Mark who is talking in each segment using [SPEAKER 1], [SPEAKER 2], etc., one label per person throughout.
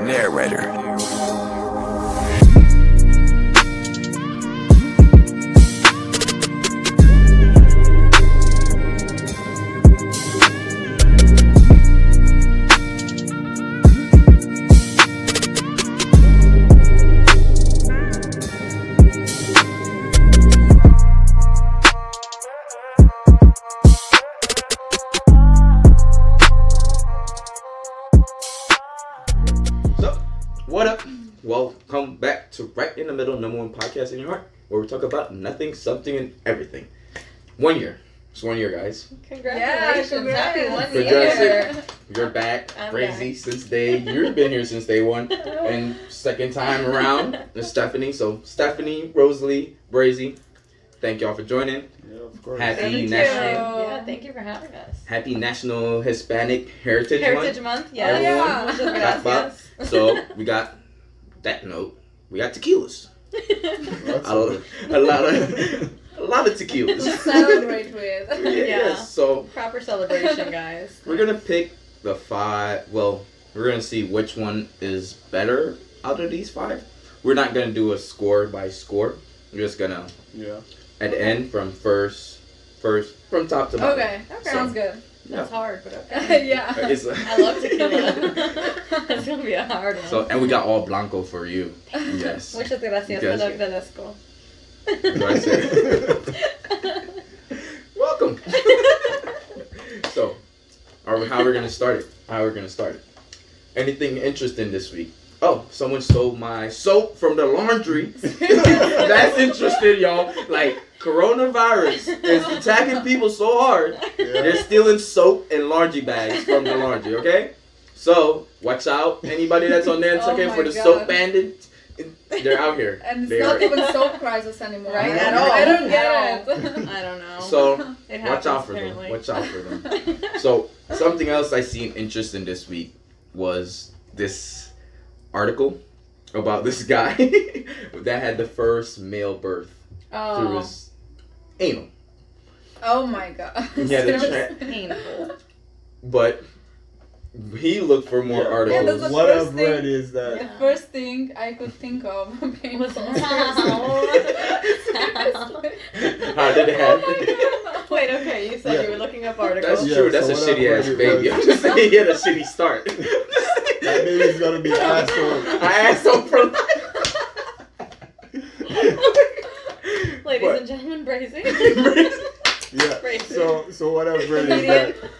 [SPEAKER 1] later.
[SPEAKER 2] So, what up? Welcome back to Right in the Middle, number one podcast in your heart, where we talk about nothing, something, and everything. One year. It's one year, guys.
[SPEAKER 3] Congratulations. Happy one
[SPEAKER 2] Congrats.
[SPEAKER 3] year.
[SPEAKER 2] You're back,
[SPEAKER 3] I'm
[SPEAKER 2] crazy since day. You've been here since day one, and second time around is Stephanie. So Stephanie, Rosalie, Brazy, thank y'all for joining.
[SPEAKER 4] Yeah, of course.
[SPEAKER 2] Happy
[SPEAKER 3] Thank you.
[SPEAKER 2] National
[SPEAKER 3] Yeah, thank you for having us.
[SPEAKER 2] Happy National Hispanic Heritage,
[SPEAKER 3] Heritage Month, yes.
[SPEAKER 2] Everyone,
[SPEAKER 3] Muchas
[SPEAKER 2] clap
[SPEAKER 3] gracias.
[SPEAKER 2] Month. So we got that note. We got tequilas.
[SPEAKER 4] That's
[SPEAKER 2] A, lo- a lot of a lot of tequilas.
[SPEAKER 5] to celebrate with.
[SPEAKER 2] Yeah, Yes. So
[SPEAKER 3] Proper celebration, guys.
[SPEAKER 2] We're gonna pick the five. Well, we're gonna see which one is better out of these five. We're not gonna do a score by score. We're just gonna
[SPEAKER 4] Yeah.
[SPEAKER 2] at the end from first, first from top to bottom.
[SPEAKER 5] Okay.
[SPEAKER 2] So-
[SPEAKER 5] Okay. Sounds good.
[SPEAKER 3] That's hard, but okay.
[SPEAKER 5] yeah.
[SPEAKER 2] It's-
[SPEAKER 3] I love tequila. That's going to be a hard one.
[SPEAKER 2] so and we got all blanco for you. Yes.
[SPEAKER 3] Muchas
[SPEAKER 2] You
[SPEAKER 3] gracias,
[SPEAKER 2] guys-
[SPEAKER 3] te lo agradezco.
[SPEAKER 2] That's what I said. Welcome. so, are we, how we're gonna start it? How we're gonna start it? Anything interesting this week? Oh, someone stole my soap from the laundry. That's interesting, y'all. Like coronavirus is attacking people so hard. They're
[SPEAKER 4] Yeah.
[SPEAKER 2] stealing soap and laundry bags from the laundry. Okay, so watch out. Anybody that's on there
[SPEAKER 5] Oh
[SPEAKER 2] checking for
[SPEAKER 5] my
[SPEAKER 2] the soap
[SPEAKER 5] God.
[SPEAKER 2] bandits, they're out here.
[SPEAKER 5] And it's
[SPEAKER 2] They
[SPEAKER 5] not
[SPEAKER 2] are-
[SPEAKER 5] even soap crisis anymore.
[SPEAKER 3] Right?
[SPEAKER 2] At
[SPEAKER 5] I
[SPEAKER 2] all.
[SPEAKER 5] don't
[SPEAKER 3] At
[SPEAKER 5] get it.
[SPEAKER 3] I don't know.
[SPEAKER 2] So.
[SPEAKER 3] it
[SPEAKER 2] Watch
[SPEAKER 3] happens,
[SPEAKER 2] out for
[SPEAKER 3] apparently.
[SPEAKER 2] them. Watch out for them.
[SPEAKER 3] them.
[SPEAKER 2] So something else I seen interesting this week was this article about this guy that had the first male birth through
[SPEAKER 3] oh,
[SPEAKER 2] his anal.
[SPEAKER 5] Oh my god.
[SPEAKER 2] Yeah, they
[SPEAKER 5] Seriously.
[SPEAKER 3] painful.
[SPEAKER 2] But he looked for more
[SPEAKER 4] Yeah.
[SPEAKER 5] Yeah, that's
[SPEAKER 2] articles.
[SPEAKER 5] what-
[SPEAKER 4] What I've
[SPEAKER 5] first thing-
[SPEAKER 4] read is that
[SPEAKER 5] The first thing I could think of being
[SPEAKER 3] Was-
[SPEAKER 5] soap.
[SPEAKER 2] How did it happen?
[SPEAKER 5] Oh my god.
[SPEAKER 3] Wait, okay, you said
[SPEAKER 4] Yeah.
[SPEAKER 3] you were looking up
[SPEAKER 2] That's
[SPEAKER 3] articles.
[SPEAKER 4] Yeah,
[SPEAKER 2] true.
[SPEAKER 4] so
[SPEAKER 2] That's a
[SPEAKER 4] what I've
[SPEAKER 2] shitty
[SPEAKER 4] heard
[SPEAKER 2] ass
[SPEAKER 4] it
[SPEAKER 2] baby. I'm
[SPEAKER 4] was-
[SPEAKER 2] just saying he had a shitty start. that
[SPEAKER 4] that baby's gonna be
[SPEAKER 2] I
[SPEAKER 4] asshole.
[SPEAKER 2] asshole for life.
[SPEAKER 3] Ladies
[SPEAKER 2] What?
[SPEAKER 3] and gentlemen, brazing.
[SPEAKER 4] Yeah.
[SPEAKER 3] Crazy.
[SPEAKER 4] So so what I've read is that
[SPEAKER 3] Idiot.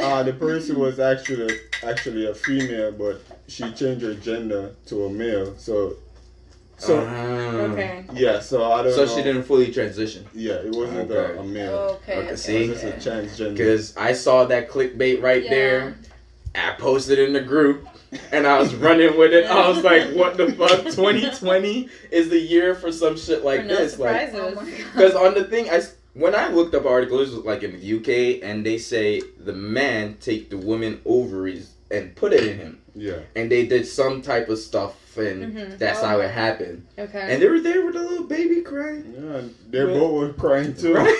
[SPEAKER 4] uh, the person was actually actually a female, but she changed her gender to a male. So so
[SPEAKER 3] Okay.
[SPEAKER 4] yeah. So I don't.
[SPEAKER 2] Uh-huh. um, So
[SPEAKER 4] know.
[SPEAKER 2] she didn't fully transition.
[SPEAKER 4] Yeah, it wasn't
[SPEAKER 2] Okay. Oh.
[SPEAKER 4] a, a male.
[SPEAKER 5] Okay.
[SPEAKER 2] Okay,
[SPEAKER 5] okay,
[SPEAKER 2] see?
[SPEAKER 4] It was just a transgender.
[SPEAKER 2] Because I saw that clickbait right
[SPEAKER 5] Yeah.
[SPEAKER 2] there. I posted in the group and I was running with it. I was like, what the fuck? 2020 is the year for some shit like
[SPEAKER 3] for no
[SPEAKER 2] this. Like,
[SPEAKER 3] surprises.
[SPEAKER 5] Oh my god.
[SPEAKER 2] because on the thing, I s- when I looked up articles like in the UK and they say the man take the woman ovaries and put it in him,
[SPEAKER 4] Yeah.
[SPEAKER 2] and they did some type of stuff, and
[SPEAKER 3] Mhm.
[SPEAKER 2] that's how it happened.
[SPEAKER 3] Okay.
[SPEAKER 2] And they were there with a little baby crying.
[SPEAKER 4] Yeah. and They both were crying too.
[SPEAKER 2] Right?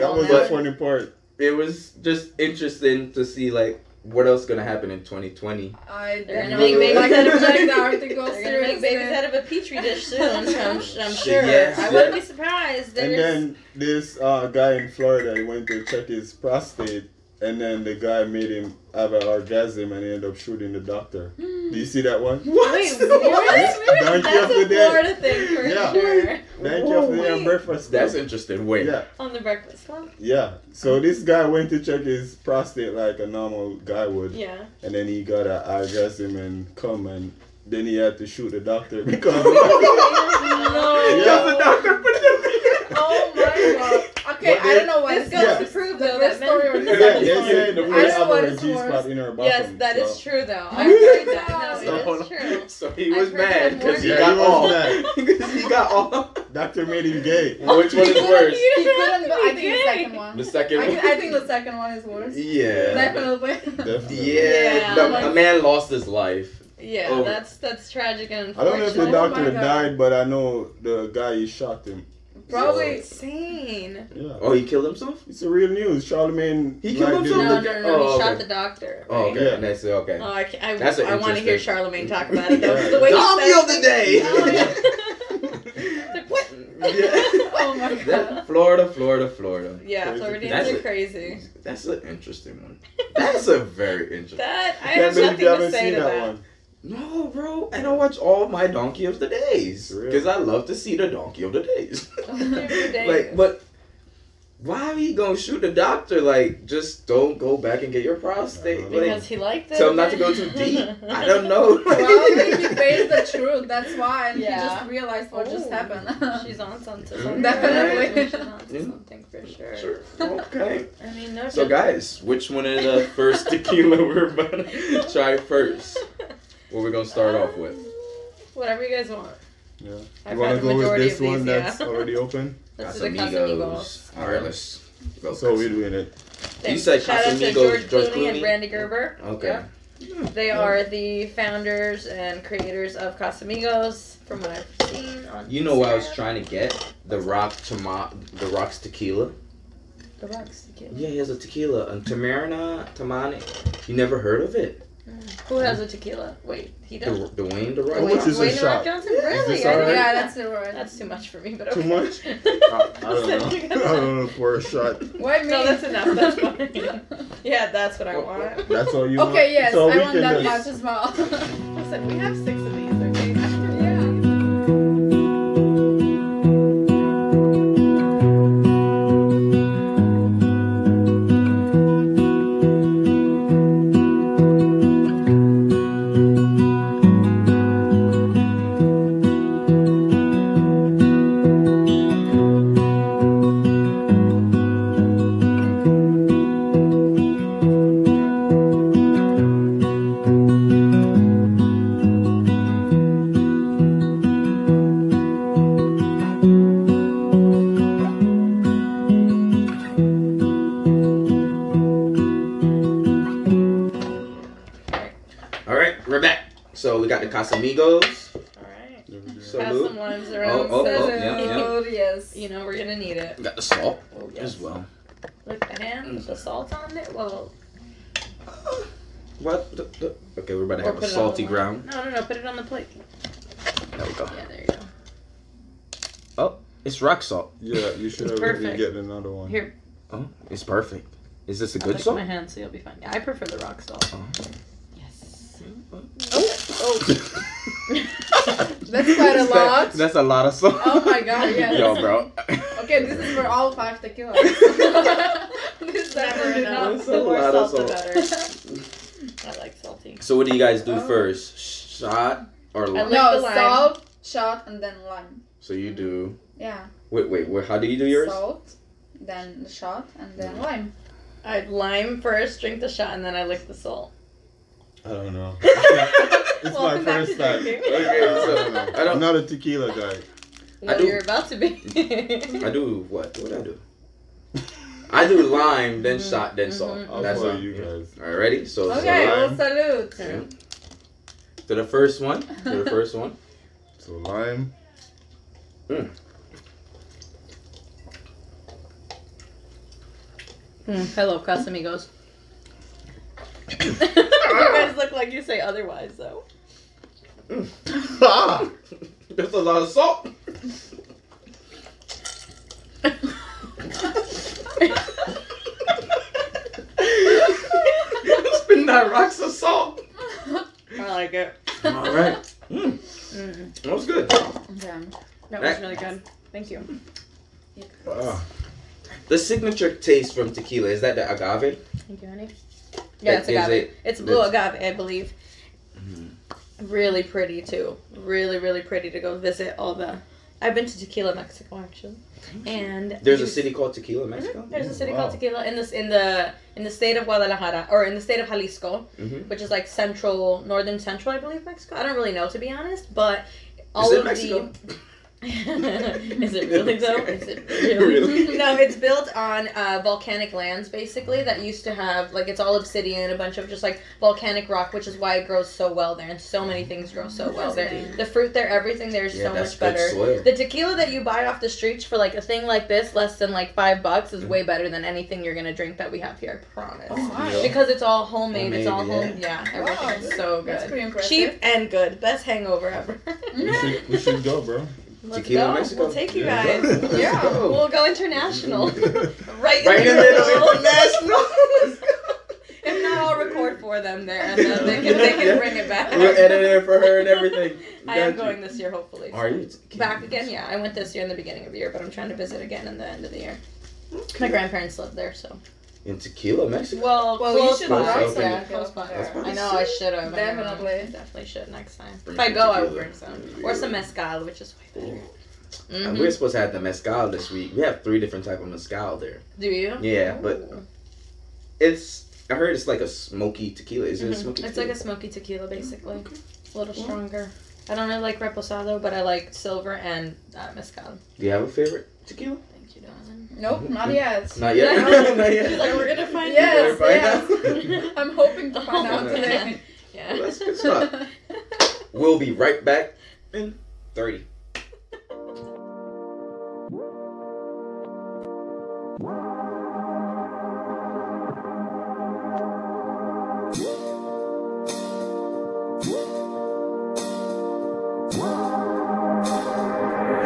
[SPEAKER 4] That was
[SPEAKER 2] But-
[SPEAKER 4] the funny part.
[SPEAKER 2] it was just interesting to see like what else gonna happen in 2020.
[SPEAKER 5] I
[SPEAKER 3] They're gonna
[SPEAKER 5] don't know.
[SPEAKER 3] make babies
[SPEAKER 5] I can
[SPEAKER 3] out of
[SPEAKER 5] check the
[SPEAKER 2] babies.
[SPEAKER 5] article
[SPEAKER 3] They're gonna make
[SPEAKER 5] seriously.
[SPEAKER 3] babies out of a petri dish soon. I'm, I'm sure.
[SPEAKER 2] Yes,
[SPEAKER 3] I wouldn't
[SPEAKER 2] yeah.
[SPEAKER 3] be surprised.
[SPEAKER 4] And
[SPEAKER 3] There's-
[SPEAKER 4] then this uh, guy in Florida he went to check his prostate, and then the guy made him have an orgasm, and he ended up shooting the doctor.
[SPEAKER 5] Hmm.
[SPEAKER 4] Do you see that one?
[SPEAKER 2] What?
[SPEAKER 3] Wait, what?
[SPEAKER 4] Thank you
[SPEAKER 3] That's
[SPEAKER 4] for
[SPEAKER 3] a
[SPEAKER 4] that.
[SPEAKER 3] Florida thing for
[SPEAKER 4] Yeah.
[SPEAKER 3] sure.
[SPEAKER 4] Thank you for
[SPEAKER 2] Whoa,
[SPEAKER 4] your
[SPEAKER 2] wait.
[SPEAKER 4] breakfast.
[SPEAKER 2] That's
[SPEAKER 4] Club.
[SPEAKER 2] interesting. Wait.
[SPEAKER 4] Yeah,
[SPEAKER 3] On the Breakfast Club.
[SPEAKER 4] yeah. So this guy went to check his prostate like a normal guy would,
[SPEAKER 3] Yeah.
[SPEAKER 4] and then he got an orgasm and come, and then he had to shoot the doctor because.
[SPEAKER 3] No.
[SPEAKER 2] Does the doctor put it in?
[SPEAKER 5] Oh my god. Okay, I
[SPEAKER 4] But they-
[SPEAKER 5] don't know why
[SPEAKER 3] This
[SPEAKER 5] this
[SPEAKER 3] goes
[SPEAKER 4] Yeah.
[SPEAKER 3] to
[SPEAKER 5] goes.
[SPEAKER 3] prove
[SPEAKER 5] The
[SPEAKER 3] though that
[SPEAKER 5] first story
[SPEAKER 3] men.
[SPEAKER 5] was-
[SPEAKER 4] Yeah,
[SPEAKER 5] Yeah,
[SPEAKER 4] they said the
[SPEAKER 2] I
[SPEAKER 4] woman
[SPEAKER 5] know
[SPEAKER 4] have
[SPEAKER 5] what
[SPEAKER 4] a
[SPEAKER 5] it's
[SPEAKER 4] G spot
[SPEAKER 5] for.
[SPEAKER 4] in her bottom.
[SPEAKER 3] Yes, that is
[SPEAKER 4] so-
[SPEAKER 3] true though. I heard that.
[SPEAKER 5] So,
[SPEAKER 3] No, it is
[SPEAKER 2] hold
[SPEAKER 3] true.
[SPEAKER 2] So he
[SPEAKER 3] I've
[SPEAKER 2] was
[SPEAKER 3] heard
[SPEAKER 2] mad
[SPEAKER 3] that more
[SPEAKER 2] because he,
[SPEAKER 4] than
[SPEAKER 2] got
[SPEAKER 4] once.
[SPEAKER 2] all.
[SPEAKER 4] Yeah,
[SPEAKER 2] Because he got all.
[SPEAKER 4] Doctor made him gay.
[SPEAKER 2] Which one is worse?
[SPEAKER 3] You
[SPEAKER 5] He
[SPEAKER 3] don't have
[SPEAKER 5] couldn't,
[SPEAKER 3] to
[SPEAKER 5] but I
[SPEAKER 3] be
[SPEAKER 5] think the
[SPEAKER 3] gay.
[SPEAKER 5] second one.
[SPEAKER 2] The
[SPEAKER 5] I,
[SPEAKER 2] second
[SPEAKER 5] think-
[SPEAKER 2] one.
[SPEAKER 5] I think the second one is worse.
[SPEAKER 2] Yeah.
[SPEAKER 5] Definitely.
[SPEAKER 4] Definitely.
[SPEAKER 2] Yeah.
[SPEAKER 3] Yeah.
[SPEAKER 2] the- a man lost his life.
[SPEAKER 3] Yeah,
[SPEAKER 2] Oh.
[SPEAKER 3] that's that's tragic and
[SPEAKER 4] I don't know
[SPEAKER 3] unfortunate.
[SPEAKER 4] if the
[SPEAKER 5] Oh my
[SPEAKER 4] doctor
[SPEAKER 5] God.
[SPEAKER 4] died, but I know the guy he shot him.
[SPEAKER 5] Probably.
[SPEAKER 3] Insane.
[SPEAKER 4] Yeah.
[SPEAKER 2] Oh, he killed himself?
[SPEAKER 4] It's a real news. Charlemagne.
[SPEAKER 2] He killed
[SPEAKER 4] did-
[SPEAKER 2] himself?
[SPEAKER 3] No,
[SPEAKER 2] the
[SPEAKER 3] no, no,
[SPEAKER 2] guy-
[SPEAKER 3] no.
[SPEAKER 2] oh,
[SPEAKER 3] he shot
[SPEAKER 2] okay.
[SPEAKER 3] the doctor.
[SPEAKER 2] Oh,
[SPEAKER 3] right?
[SPEAKER 2] okay.
[SPEAKER 4] Yeah.
[SPEAKER 2] And I said, okay.
[SPEAKER 3] Oh, I, can't- I,
[SPEAKER 2] That's an
[SPEAKER 3] I want to hear
[SPEAKER 2] interesting-
[SPEAKER 3] Charlemagne talk about it. Though,
[SPEAKER 4] Yeah.
[SPEAKER 3] the way he
[SPEAKER 2] Zombie
[SPEAKER 3] said
[SPEAKER 2] of the
[SPEAKER 3] it.
[SPEAKER 2] day!
[SPEAKER 3] Oh, yeah. It's like, what?
[SPEAKER 2] Yeah.
[SPEAKER 5] Oh my god.
[SPEAKER 2] That- Florida, Florida, Florida.
[SPEAKER 3] Yeah,
[SPEAKER 4] Crazy.
[SPEAKER 3] Floridians
[SPEAKER 2] That's
[SPEAKER 3] are
[SPEAKER 2] it.
[SPEAKER 3] crazy.
[SPEAKER 2] That's an interesting one. That's a very interesting.
[SPEAKER 3] That I
[SPEAKER 4] Can't
[SPEAKER 3] have
[SPEAKER 4] believe
[SPEAKER 3] nothing
[SPEAKER 4] you
[SPEAKER 3] to
[SPEAKER 4] haven't
[SPEAKER 3] say
[SPEAKER 4] seen
[SPEAKER 3] to
[SPEAKER 4] that,
[SPEAKER 3] that.
[SPEAKER 4] one.
[SPEAKER 2] No, bro, I don't watch all my Donkey of the Days
[SPEAKER 4] Really?
[SPEAKER 2] because I love to see the Donkey of the Days.
[SPEAKER 5] Donkey of the Days.
[SPEAKER 2] like, but why are you gonna shoot the doctor? Like, just don't go back and get your prostate. Like,
[SPEAKER 3] Because he liked it.
[SPEAKER 2] tell him not to go too deep. I don't know.
[SPEAKER 5] Probably he faced the truth. That's why, and he
[SPEAKER 3] Yeah.
[SPEAKER 5] just realized what just
[SPEAKER 3] Oh.
[SPEAKER 5] happened.
[SPEAKER 3] She's on something. something.
[SPEAKER 5] Definitely.
[SPEAKER 3] She's on to
[SPEAKER 2] Mm. Yeah.
[SPEAKER 3] something for sure.
[SPEAKER 2] Sure. Okay.
[SPEAKER 3] I mean, no.
[SPEAKER 2] So, guys, which one is the first tequila we're about to try first? What we're gonna start off with?
[SPEAKER 3] Whatever you guys want.
[SPEAKER 4] Yeah.
[SPEAKER 3] I've
[SPEAKER 4] you want
[SPEAKER 3] had the
[SPEAKER 4] to go with
[SPEAKER 3] majority
[SPEAKER 4] this
[SPEAKER 3] of these,
[SPEAKER 4] one that's
[SPEAKER 3] yeah.
[SPEAKER 4] already open?
[SPEAKER 3] Let's do the Casamigos.
[SPEAKER 2] All right, let's go.
[SPEAKER 4] So we're doing it.
[SPEAKER 2] You said
[SPEAKER 3] Shout out to
[SPEAKER 2] Casamigos,
[SPEAKER 3] George,
[SPEAKER 2] George
[SPEAKER 3] Clooney, and
[SPEAKER 2] Clooney?
[SPEAKER 3] Brandy Gerber.
[SPEAKER 2] Okay.
[SPEAKER 3] Yeah. They are the founders and creators of Casamigos, from what I've seen on.
[SPEAKER 2] You know what I was
[SPEAKER 3] Instagram.
[SPEAKER 2] trying to get? The Rock Tama- the Rock's tequila.
[SPEAKER 3] The Rocks tequila.
[SPEAKER 2] Yeah, he has a tequila. And Tamarina Tamani. You never heard of it?
[SPEAKER 3] Who has a tequila? Wait, he
[SPEAKER 2] The,
[SPEAKER 3] does.
[SPEAKER 2] the Wayne the Rock.
[SPEAKER 4] How much
[SPEAKER 2] Johnson?
[SPEAKER 4] is a
[SPEAKER 3] Dwayne The Rock
[SPEAKER 4] shot?
[SPEAKER 3] Johnson? Really? I
[SPEAKER 4] this
[SPEAKER 3] didn't
[SPEAKER 4] alright?
[SPEAKER 5] yeah,
[SPEAKER 3] know
[SPEAKER 5] that's
[SPEAKER 3] that.
[SPEAKER 5] the word.
[SPEAKER 3] That's too much for me, but
[SPEAKER 4] Too
[SPEAKER 3] okay.
[SPEAKER 4] much? I, I don't know. I don't know for a shot.
[SPEAKER 5] Why me?
[SPEAKER 3] No, that's enough. That's fine. yeah, that's what I want.
[SPEAKER 4] That's all you want.
[SPEAKER 5] okay, yes,
[SPEAKER 4] So
[SPEAKER 5] I
[SPEAKER 4] we
[SPEAKER 5] want
[SPEAKER 4] can
[SPEAKER 5] that
[SPEAKER 4] just-
[SPEAKER 5] much as well.
[SPEAKER 3] Listen, we have six of these, okay?
[SPEAKER 5] yeah.
[SPEAKER 2] All right, we're back. So we got the Casamigos.
[SPEAKER 3] Alright.
[SPEAKER 4] Yeah, we do.
[SPEAKER 2] So-
[SPEAKER 3] Pass
[SPEAKER 2] Salute.
[SPEAKER 3] some limes around.
[SPEAKER 2] Oh, oh,
[SPEAKER 3] so,
[SPEAKER 2] yeah,
[SPEAKER 5] Salute, yes.
[SPEAKER 3] You know, we're gonna need it.
[SPEAKER 2] We got the salt
[SPEAKER 3] Oh,
[SPEAKER 2] as well.
[SPEAKER 3] Look, and the salt on it? Well,
[SPEAKER 2] What? The, the- Okay, we're about to
[SPEAKER 3] Or
[SPEAKER 2] have
[SPEAKER 3] put
[SPEAKER 2] a
[SPEAKER 3] it on
[SPEAKER 2] salty
[SPEAKER 3] the
[SPEAKER 2] ground.
[SPEAKER 3] no, no, no, put it on the plate.
[SPEAKER 2] There we go.
[SPEAKER 3] Yeah, there you go.
[SPEAKER 2] It's rock salt.
[SPEAKER 4] Yeah, you should have
[SPEAKER 3] Perfect.
[SPEAKER 4] been getting another one.
[SPEAKER 3] Here.
[SPEAKER 2] Oh, it's perfect. Is this a
[SPEAKER 3] I'll
[SPEAKER 2] good
[SPEAKER 3] lick
[SPEAKER 2] salt?
[SPEAKER 3] my hand, so you'll be fine. Yeah, I prefer the rock salt.
[SPEAKER 2] Oh.
[SPEAKER 3] Yes.
[SPEAKER 5] That's quite a lot.
[SPEAKER 2] That's a lot of salt.
[SPEAKER 5] Oh my god, yes.
[SPEAKER 2] Yo, bro.
[SPEAKER 5] Okay, this is for all five tequilas. this is
[SPEAKER 3] Never
[SPEAKER 5] never enough.
[SPEAKER 3] enough.
[SPEAKER 2] That's a
[SPEAKER 3] The more
[SPEAKER 2] lot of
[SPEAKER 3] salt, the
[SPEAKER 2] salt.
[SPEAKER 3] better. I like salty.
[SPEAKER 2] So what do you guys do
[SPEAKER 5] Oh.
[SPEAKER 2] first? Shot or lime?
[SPEAKER 3] like
[SPEAKER 5] No,
[SPEAKER 3] the lime.
[SPEAKER 5] salt, shot, and then lime.
[SPEAKER 2] So you do.
[SPEAKER 5] Yeah.
[SPEAKER 2] Wait, wait. wait how do you do yours?
[SPEAKER 5] Salt, then the shot, and
[SPEAKER 2] Mm.
[SPEAKER 5] then lime.
[SPEAKER 3] I lime first, drink the shot, and then I lick the salt.
[SPEAKER 4] I don't know. It's
[SPEAKER 3] Welcome
[SPEAKER 4] my
[SPEAKER 3] back to
[SPEAKER 4] first time.
[SPEAKER 3] drinking.
[SPEAKER 2] Okay, so
[SPEAKER 4] I don't know.
[SPEAKER 2] I don't-
[SPEAKER 4] I'm not a tequila guy.
[SPEAKER 3] Well,
[SPEAKER 2] do-
[SPEAKER 3] you're about to be.
[SPEAKER 2] I do what? What do I do? I do lime, then
[SPEAKER 5] Mm-hmm.
[SPEAKER 2] shot, then salt.
[SPEAKER 3] mhm.
[SPEAKER 4] I'll
[SPEAKER 2] That's
[SPEAKER 4] follow
[SPEAKER 2] all.
[SPEAKER 4] you guys.
[SPEAKER 2] All right, ready? So it's a
[SPEAKER 5] Okay,
[SPEAKER 2] lime.
[SPEAKER 5] well,
[SPEAKER 4] lime.
[SPEAKER 5] salute.
[SPEAKER 3] Yeah.
[SPEAKER 2] to the first one. To the first one.
[SPEAKER 4] So lime.
[SPEAKER 2] Mm.
[SPEAKER 3] Mm, hello, Casamigos. you guys look like you say otherwise, though.
[SPEAKER 2] Ah, That's a lot of salt. Spin that rocks of salt.
[SPEAKER 3] I like it.
[SPEAKER 2] All right. Mm,
[SPEAKER 3] Mm,
[SPEAKER 2] that was good.
[SPEAKER 5] Yeah.
[SPEAKER 2] Oh,
[SPEAKER 3] that
[SPEAKER 2] Right.
[SPEAKER 3] was really good. Thank you.
[SPEAKER 4] Ah,
[SPEAKER 2] The signature taste from tequila is that the agave.
[SPEAKER 3] Thank you, honey. Yeah, it's
[SPEAKER 2] That gives
[SPEAKER 3] agave.
[SPEAKER 2] it- Mm-hmm.
[SPEAKER 3] it's blue
[SPEAKER 2] it's-
[SPEAKER 3] agave, I believe. Really pretty too. Really, really pretty to go visit all the. I've been to Tequila, Mexico, actually, and
[SPEAKER 2] There's a
[SPEAKER 3] you-
[SPEAKER 2] city called Tequila, Mexico.
[SPEAKER 3] Mhm, There's a
[SPEAKER 4] Oh,
[SPEAKER 3] city
[SPEAKER 4] wow.
[SPEAKER 3] called Tequila in this in the in the state of Guadalajara or in the state of Jalisco,
[SPEAKER 2] Mhm.
[SPEAKER 3] which is like central, northern central, I believe, Mexico. I don't really know to be honest, but
[SPEAKER 2] Is
[SPEAKER 3] all
[SPEAKER 2] it
[SPEAKER 3] of
[SPEAKER 2] Mexico?
[SPEAKER 3] the Is it really though? Is it really?
[SPEAKER 2] Really?
[SPEAKER 3] no, it's built on uh, volcanic lands basically that used to have like it's all obsidian, a bunch of just like volcanic rock, which is why it grows so well there, and so many things grow so well there.
[SPEAKER 5] Interesting.
[SPEAKER 3] The fruit there, everything there is
[SPEAKER 2] yeah,
[SPEAKER 3] so
[SPEAKER 2] that's
[SPEAKER 3] much
[SPEAKER 2] good
[SPEAKER 3] better.
[SPEAKER 2] soil.
[SPEAKER 3] The tequila that you buy off the streets for like a thing like this, less than like five bucks, is
[SPEAKER 2] Mhm.
[SPEAKER 3] way better than anything you're gonna drink that we have here. I promise.
[SPEAKER 5] Oh, wow.
[SPEAKER 2] Yeah.
[SPEAKER 3] Because it's all homemade, it's all
[SPEAKER 2] Homemade,
[SPEAKER 3] home. Yeah,
[SPEAKER 5] Wow,
[SPEAKER 3] everything is so good.
[SPEAKER 5] That's pretty impressive.
[SPEAKER 3] Cheap and good. Best hangover ever.
[SPEAKER 4] We should, we should go, bro.
[SPEAKER 3] Let's
[SPEAKER 2] Tequila
[SPEAKER 3] go.
[SPEAKER 2] Mexico.
[SPEAKER 3] We'll take you
[SPEAKER 4] Yeah.
[SPEAKER 3] guys.
[SPEAKER 4] Let's
[SPEAKER 5] Yeah.
[SPEAKER 2] go.
[SPEAKER 3] We'll go international. right in
[SPEAKER 2] Right in the
[SPEAKER 3] the
[SPEAKER 2] middle,
[SPEAKER 3] middle.
[SPEAKER 2] international.
[SPEAKER 3] if not, I'll record for them there, and then they can, they can bring it back.
[SPEAKER 2] We'll edit it for her and everything. We
[SPEAKER 3] I
[SPEAKER 2] got
[SPEAKER 3] am
[SPEAKER 2] you.
[SPEAKER 3] going this year, hopefully.
[SPEAKER 2] Are you
[SPEAKER 3] Back again, yeah. I went this year in the beginning of the year, but I'm trying to visit again in the end of the year. My grandparents live there, so.
[SPEAKER 2] in Tequila, Mexico?
[SPEAKER 3] Well,
[SPEAKER 5] Well,
[SPEAKER 3] close
[SPEAKER 5] you should
[SPEAKER 3] by.
[SPEAKER 2] write
[SPEAKER 3] Yeah,
[SPEAKER 5] something.
[SPEAKER 3] close by.
[SPEAKER 5] That's
[SPEAKER 2] pretty
[SPEAKER 3] I know I should have.
[SPEAKER 5] Definitely.
[SPEAKER 3] Definitely should next time.
[SPEAKER 2] Bring
[SPEAKER 3] if I
[SPEAKER 2] some
[SPEAKER 3] go, I
[SPEAKER 2] tequila.
[SPEAKER 3] will bring some. Or some mezcal, which is way better.
[SPEAKER 2] And
[SPEAKER 3] Mhm.
[SPEAKER 2] We're supposed to have the mezcal this week. We have three different type of mezcal there.
[SPEAKER 3] Do you?
[SPEAKER 2] Yeah, but
[SPEAKER 3] Ooh.
[SPEAKER 2] it's I heard it's like a smoky tequila. Is it a
[SPEAKER 3] Mhm.
[SPEAKER 2] smoky?
[SPEAKER 3] It's like a smoky tequila, basically. A little
[SPEAKER 2] Yeah.
[SPEAKER 3] stronger. I don't really like reposado, but I like silver and uh, mezcal.
[SPEAKER 2] Do you have a favorite tequila?
[SPEAKER 3] Thank you, darling.
[SPEAKER 5] Nope, not yet.
[SPEAKER 2] Mm-hmm. Not yet.
[SPEAKER 3] No.
[SPEAKER 2] Not yet.
[SPEAKER 3] She's like, we're gonna find
[SPEAKER 2] Yes,
[SPEAKER 3] out.
[SPEAKER 2] We're gonna find
[SPEAKER 3] yes.
[SPEAKER 2] out.
[SPEAKER 5] I'm hoping to find out
[SPEAKER 2] Yeah.
[SPEAKER 5] today.
[SPEAKER 3] Yeah.
[SPEAKER 2] Well, that's good stuff. We'll be right back in thirty.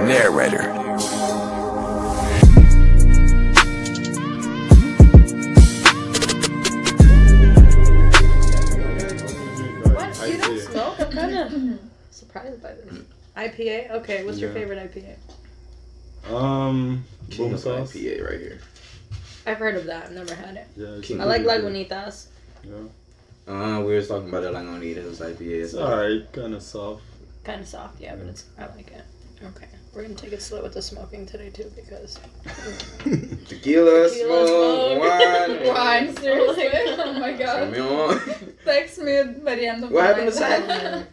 [SPEAKER 1] Narrator.
[SPEAKER 5] What? You don't smoke?
[SPEAKER 3] I'm kind of surprised by
[SPEAKER 2] Mm.
[SPEAKER 3] this. IPA? Okay, what's your
[SPEAKER 4] Yeah.
[SPEAKER 3] favorite IPA?
[SPEAKER 4] Um,
[SPEAKER 2] King
[SPEAKER 4] boom
[SPEAKER 2] of
[SPEAKER 4] sauce.
[SPEAKER 2] IPA right here.
[SPEAKER 3] I've heard of that. I've never had it.
[SPEAKER 4] Yeah, it's
[SPEAKER 2] King.
[SPEAKER 3] I like
[SPEAKER 4] pretty good.
[SPEAKER 3] Lagunitas.
[SPEAKER 4] Yeah.
[SPEAKER 2] Uh, we were talking about the Lagunitas IPA.
[SPEAKER 4] It's alright, kind of soft.
[SPEAKER 3] Kind of soft, yeah, but it's I like it. Okay, we're gonna take it slow with the smoking today too because
[SPEAKER 2] Tequila,
[SPEAKER 3] Tequila,
[SPEAKER 2] smoke, wine.
[SPEAKER 5] Wine, seriously?
[SPEAKER 3] Like-
[SPEAKER 5] oh my
[SPEAKER 2] Come
[SPEAKER 5] god.
[SPEAKER 2] on.
[SPEAKER 5] Text me by the end of
[SPEAKER 2] What
[SPEAKER 5] the
[SPEAKER 2] happened to
[SPEAKER 5] night.
[SPEAKER 2] Zach?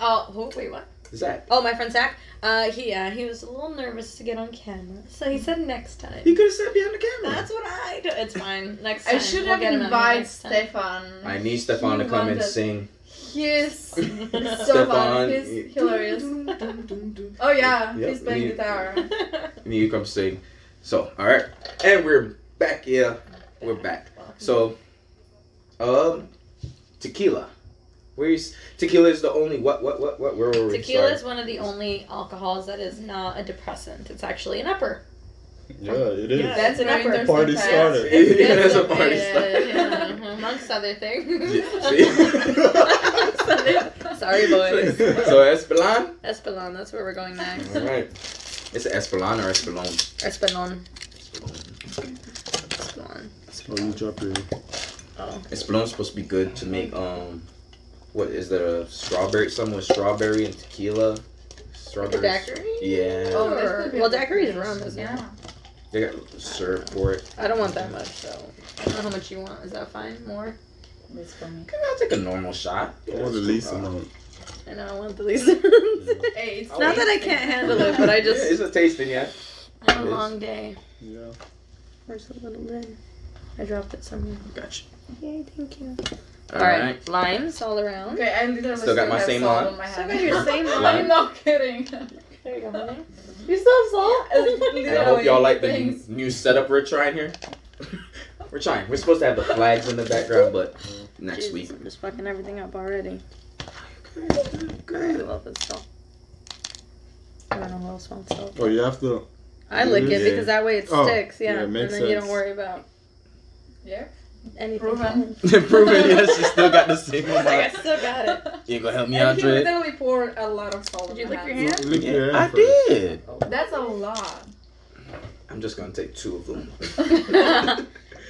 [SPEAKER 3] oh who, wait what?
[SPEAKER 2] Zach,
[SPEAKER 3] Oh my friend Zach, uh he uh, he was a little nervous to get on camera, so he said next time.
[SPEAKER 2] he could have sat behind the camera.
[SPEAKER 3] That's what I do. It's fine. Next time.
[SPEAKER 5] I should
[SPEAKER 3] we'll
[SPEAKER 5] have
[SPEAKER 3] get him on
[SPEAKER 5] invited
[SPEAKER 3] next time.
[SPEAKER 5] Stefan.
[SPEAKER 2] I need Stefan to come and
[SPEAKER 5] wanted-
[SPEAKER 2] sing.
[SPEAKER 5] He's so
[SPEAKER 2] Stefan,
[SPEAKER 5] fun. He's
[SPEAKER 2] yeah.
[SPEAKER 5] hilarious. Oh yeah,
[SPEAKER 2] Yeah,
[SPEAKER 5] he's playing
[SPEAKER 2] he-
[SPEAKER 5] guitar.
[SPEAKER 2] And you come sing. So, all right, and we're back. Yeah, we're back. So, um, tequila. Where's tequila is the only what what what what? Where were we?
[SPEAKER 3] Tequila is
[SPEAKER 2] Sorry.
[SPEAKER 3] one of the only alcohols that is not a depressant. It's actually an upper.
[SPEAKER 4] Yeah, it is.
[SPEAKER 3] Yeah.
[SPEAKER 5] That's an
[SPEAKER 3] Very
[SPEAKER 5] interesting
[SPEAKER 4] Party
[SPEAKER 5] fact.
[SPEAKER 4] starter.
[SPEAKER 2] Yeah, that's a
[SPEAKER 5] Yeah,
[SPEAKER 2] party
[SPEAKER 5] yeah,
[SPEAKER 2] starter.
[SPEAKER 5] yeah.
[SPEAKER 3] Amongst other things.
[SPEAKER 2] Yeah,
[SPEAKER 5] see?
[SPEAKER 3] Sorry, boys.
[SPEAKER 2] So Espelon.
[SPEAKER 3] Espelon, that's where we're going next.
[SPEAKER 2] All right. It's Espelon or Espelon.
[SPEAKER 3] Espelon.
[SPEAKER 2] Espelon.
[SPEAKER 3] Espelon.
[SPEAKER 4] Oh, you drop your.
[SPEAKER 3] Oh.
[SPEAKER 2] Espelon's supposed to be good to make um, what is the strawberry? Some with strawberry and tequila. Strawberry.
[SPEAKER 3] Daiquiri?
[SPEAKER 2] Yeah.
[SPEAKER 5] Oh, this could be
[SPEAKER 3] well,
[SPEAKER 5] a good
[SPEAKER 3] daiquiri is
[SPEAKER 5] thing.
[SPEAKER 3] rum, isn't it?
[SPEAKER 5] Yeah.
[SPEAKER 2] They got syrup for it.
[SPEAKER 3] I don't want that much, so. I don't know how much you want. Is that fine? More?
[SPEAKER 5] That's funny.
[SPEAKER 2] Can I take a normal shot? Uh,
[SPEAKER 4] I want the least amount.
[SPEAKER 3] I know, I want the least. Not
[SPEAKER 5] Hey, it's
[SPEAKER 2] Oh, wait.
[SPEAKER 5] not
[SPEAKER 3] that I can't handle it, but I
[SPEAKER 2] Yeah, it's
[SPEAKER 3] just.
[SPEAKER 2] a tasting, yeah.
[SPEAKER 3] I had a long day.
[SPEAKER 4] Yeah.
[SPEAKER 3] Where's the little lid? I dropped it somewhere.
[SPEAKER 2] Gotcha.
[SPEAKER 3] Yay, thank you.
[SPEAKER 2] All right.
[SPEAKER 3] limes all around.
[SPEAKER 5] Okay, I literally
[SPEAKER 2] Still got my
[SPEAKER 5] have
[SPEAKER 2] same
[SPEAKER 5] salt
[SPEAKER 2] line?
[SPEAKER 5] on my
[SPEAKER 3] Still
[SPEAKER 5] hand.
[SPEAKER 3] got your same
[SPEAKER 2] line?
[SPEAKER 5] I'm not kidding.
[SPEAKER 3] There you go, honey.
[SPEAKER 5] You still salt?
[SPEAKER 2] And I hope y'all like the new, new setup we're trying here. we're trying. We're supposed to have the flags in the background, but next
[SPEAKER 3] Jesus,
[SPEAKER 2] week.
[SPEAKER 3] I'm just fucking everything up already. I
[SPEAKER 2] Good.
[SPEAKER 3] love this salt. I don't know who else wants salt.
[SPEAKER 4] Oh, you have to.
[SPEAKER 3] I lick it
[SPEAKER 4] Yeah.
[SPEAKER 3] because that way it
[SPEAKER 4] Oh,
[SPEAKER 3] sticks, yeah.
[SPEAKER 4] yeah,
[SPEAKER 3] and then
[SPEAKER 4] makes
[SPEAKER 3] you don't
[SPEAKER 4] sense.
[SPEAKER 3] worry about
[SPEAKER 5] Yeah.
[SPEAKER 3] anything.
[SPEAKER 5] Proven.
[SPEAKER 2] Prove it. Yes, you still got the same
[SPEAKER 3] It's like, I
[SPEAKER 2] amount.
[SPEAKER 3] still got it.
[SPEAKER 2] You gonna help me
[SPEAKER 5] And
[SPEAKER 2] out,
[SPEAKER 5] he
[SPEAKER 2] Dre?
[SPEAKER 5] literally poured a lot of salt.
[SPEAKER 3] Did you
[SPEAKER 5] on
[SPEAKER 3] lick
[SPEAKER 5] my
[SPEAKER 3] your
[SPEAKER 5] hand.
[SPEAKER 3] hand?
[SPEAKER 4] Lick your hand
[SPEAKER 2] I
[SPEAKER 4] first.
[SPEAKER 2] did.
[SPEAKER 5] That's a lot.
[SPEAKER 2] I'm just gonna take two of them.
[SPEAKER 3] Oh,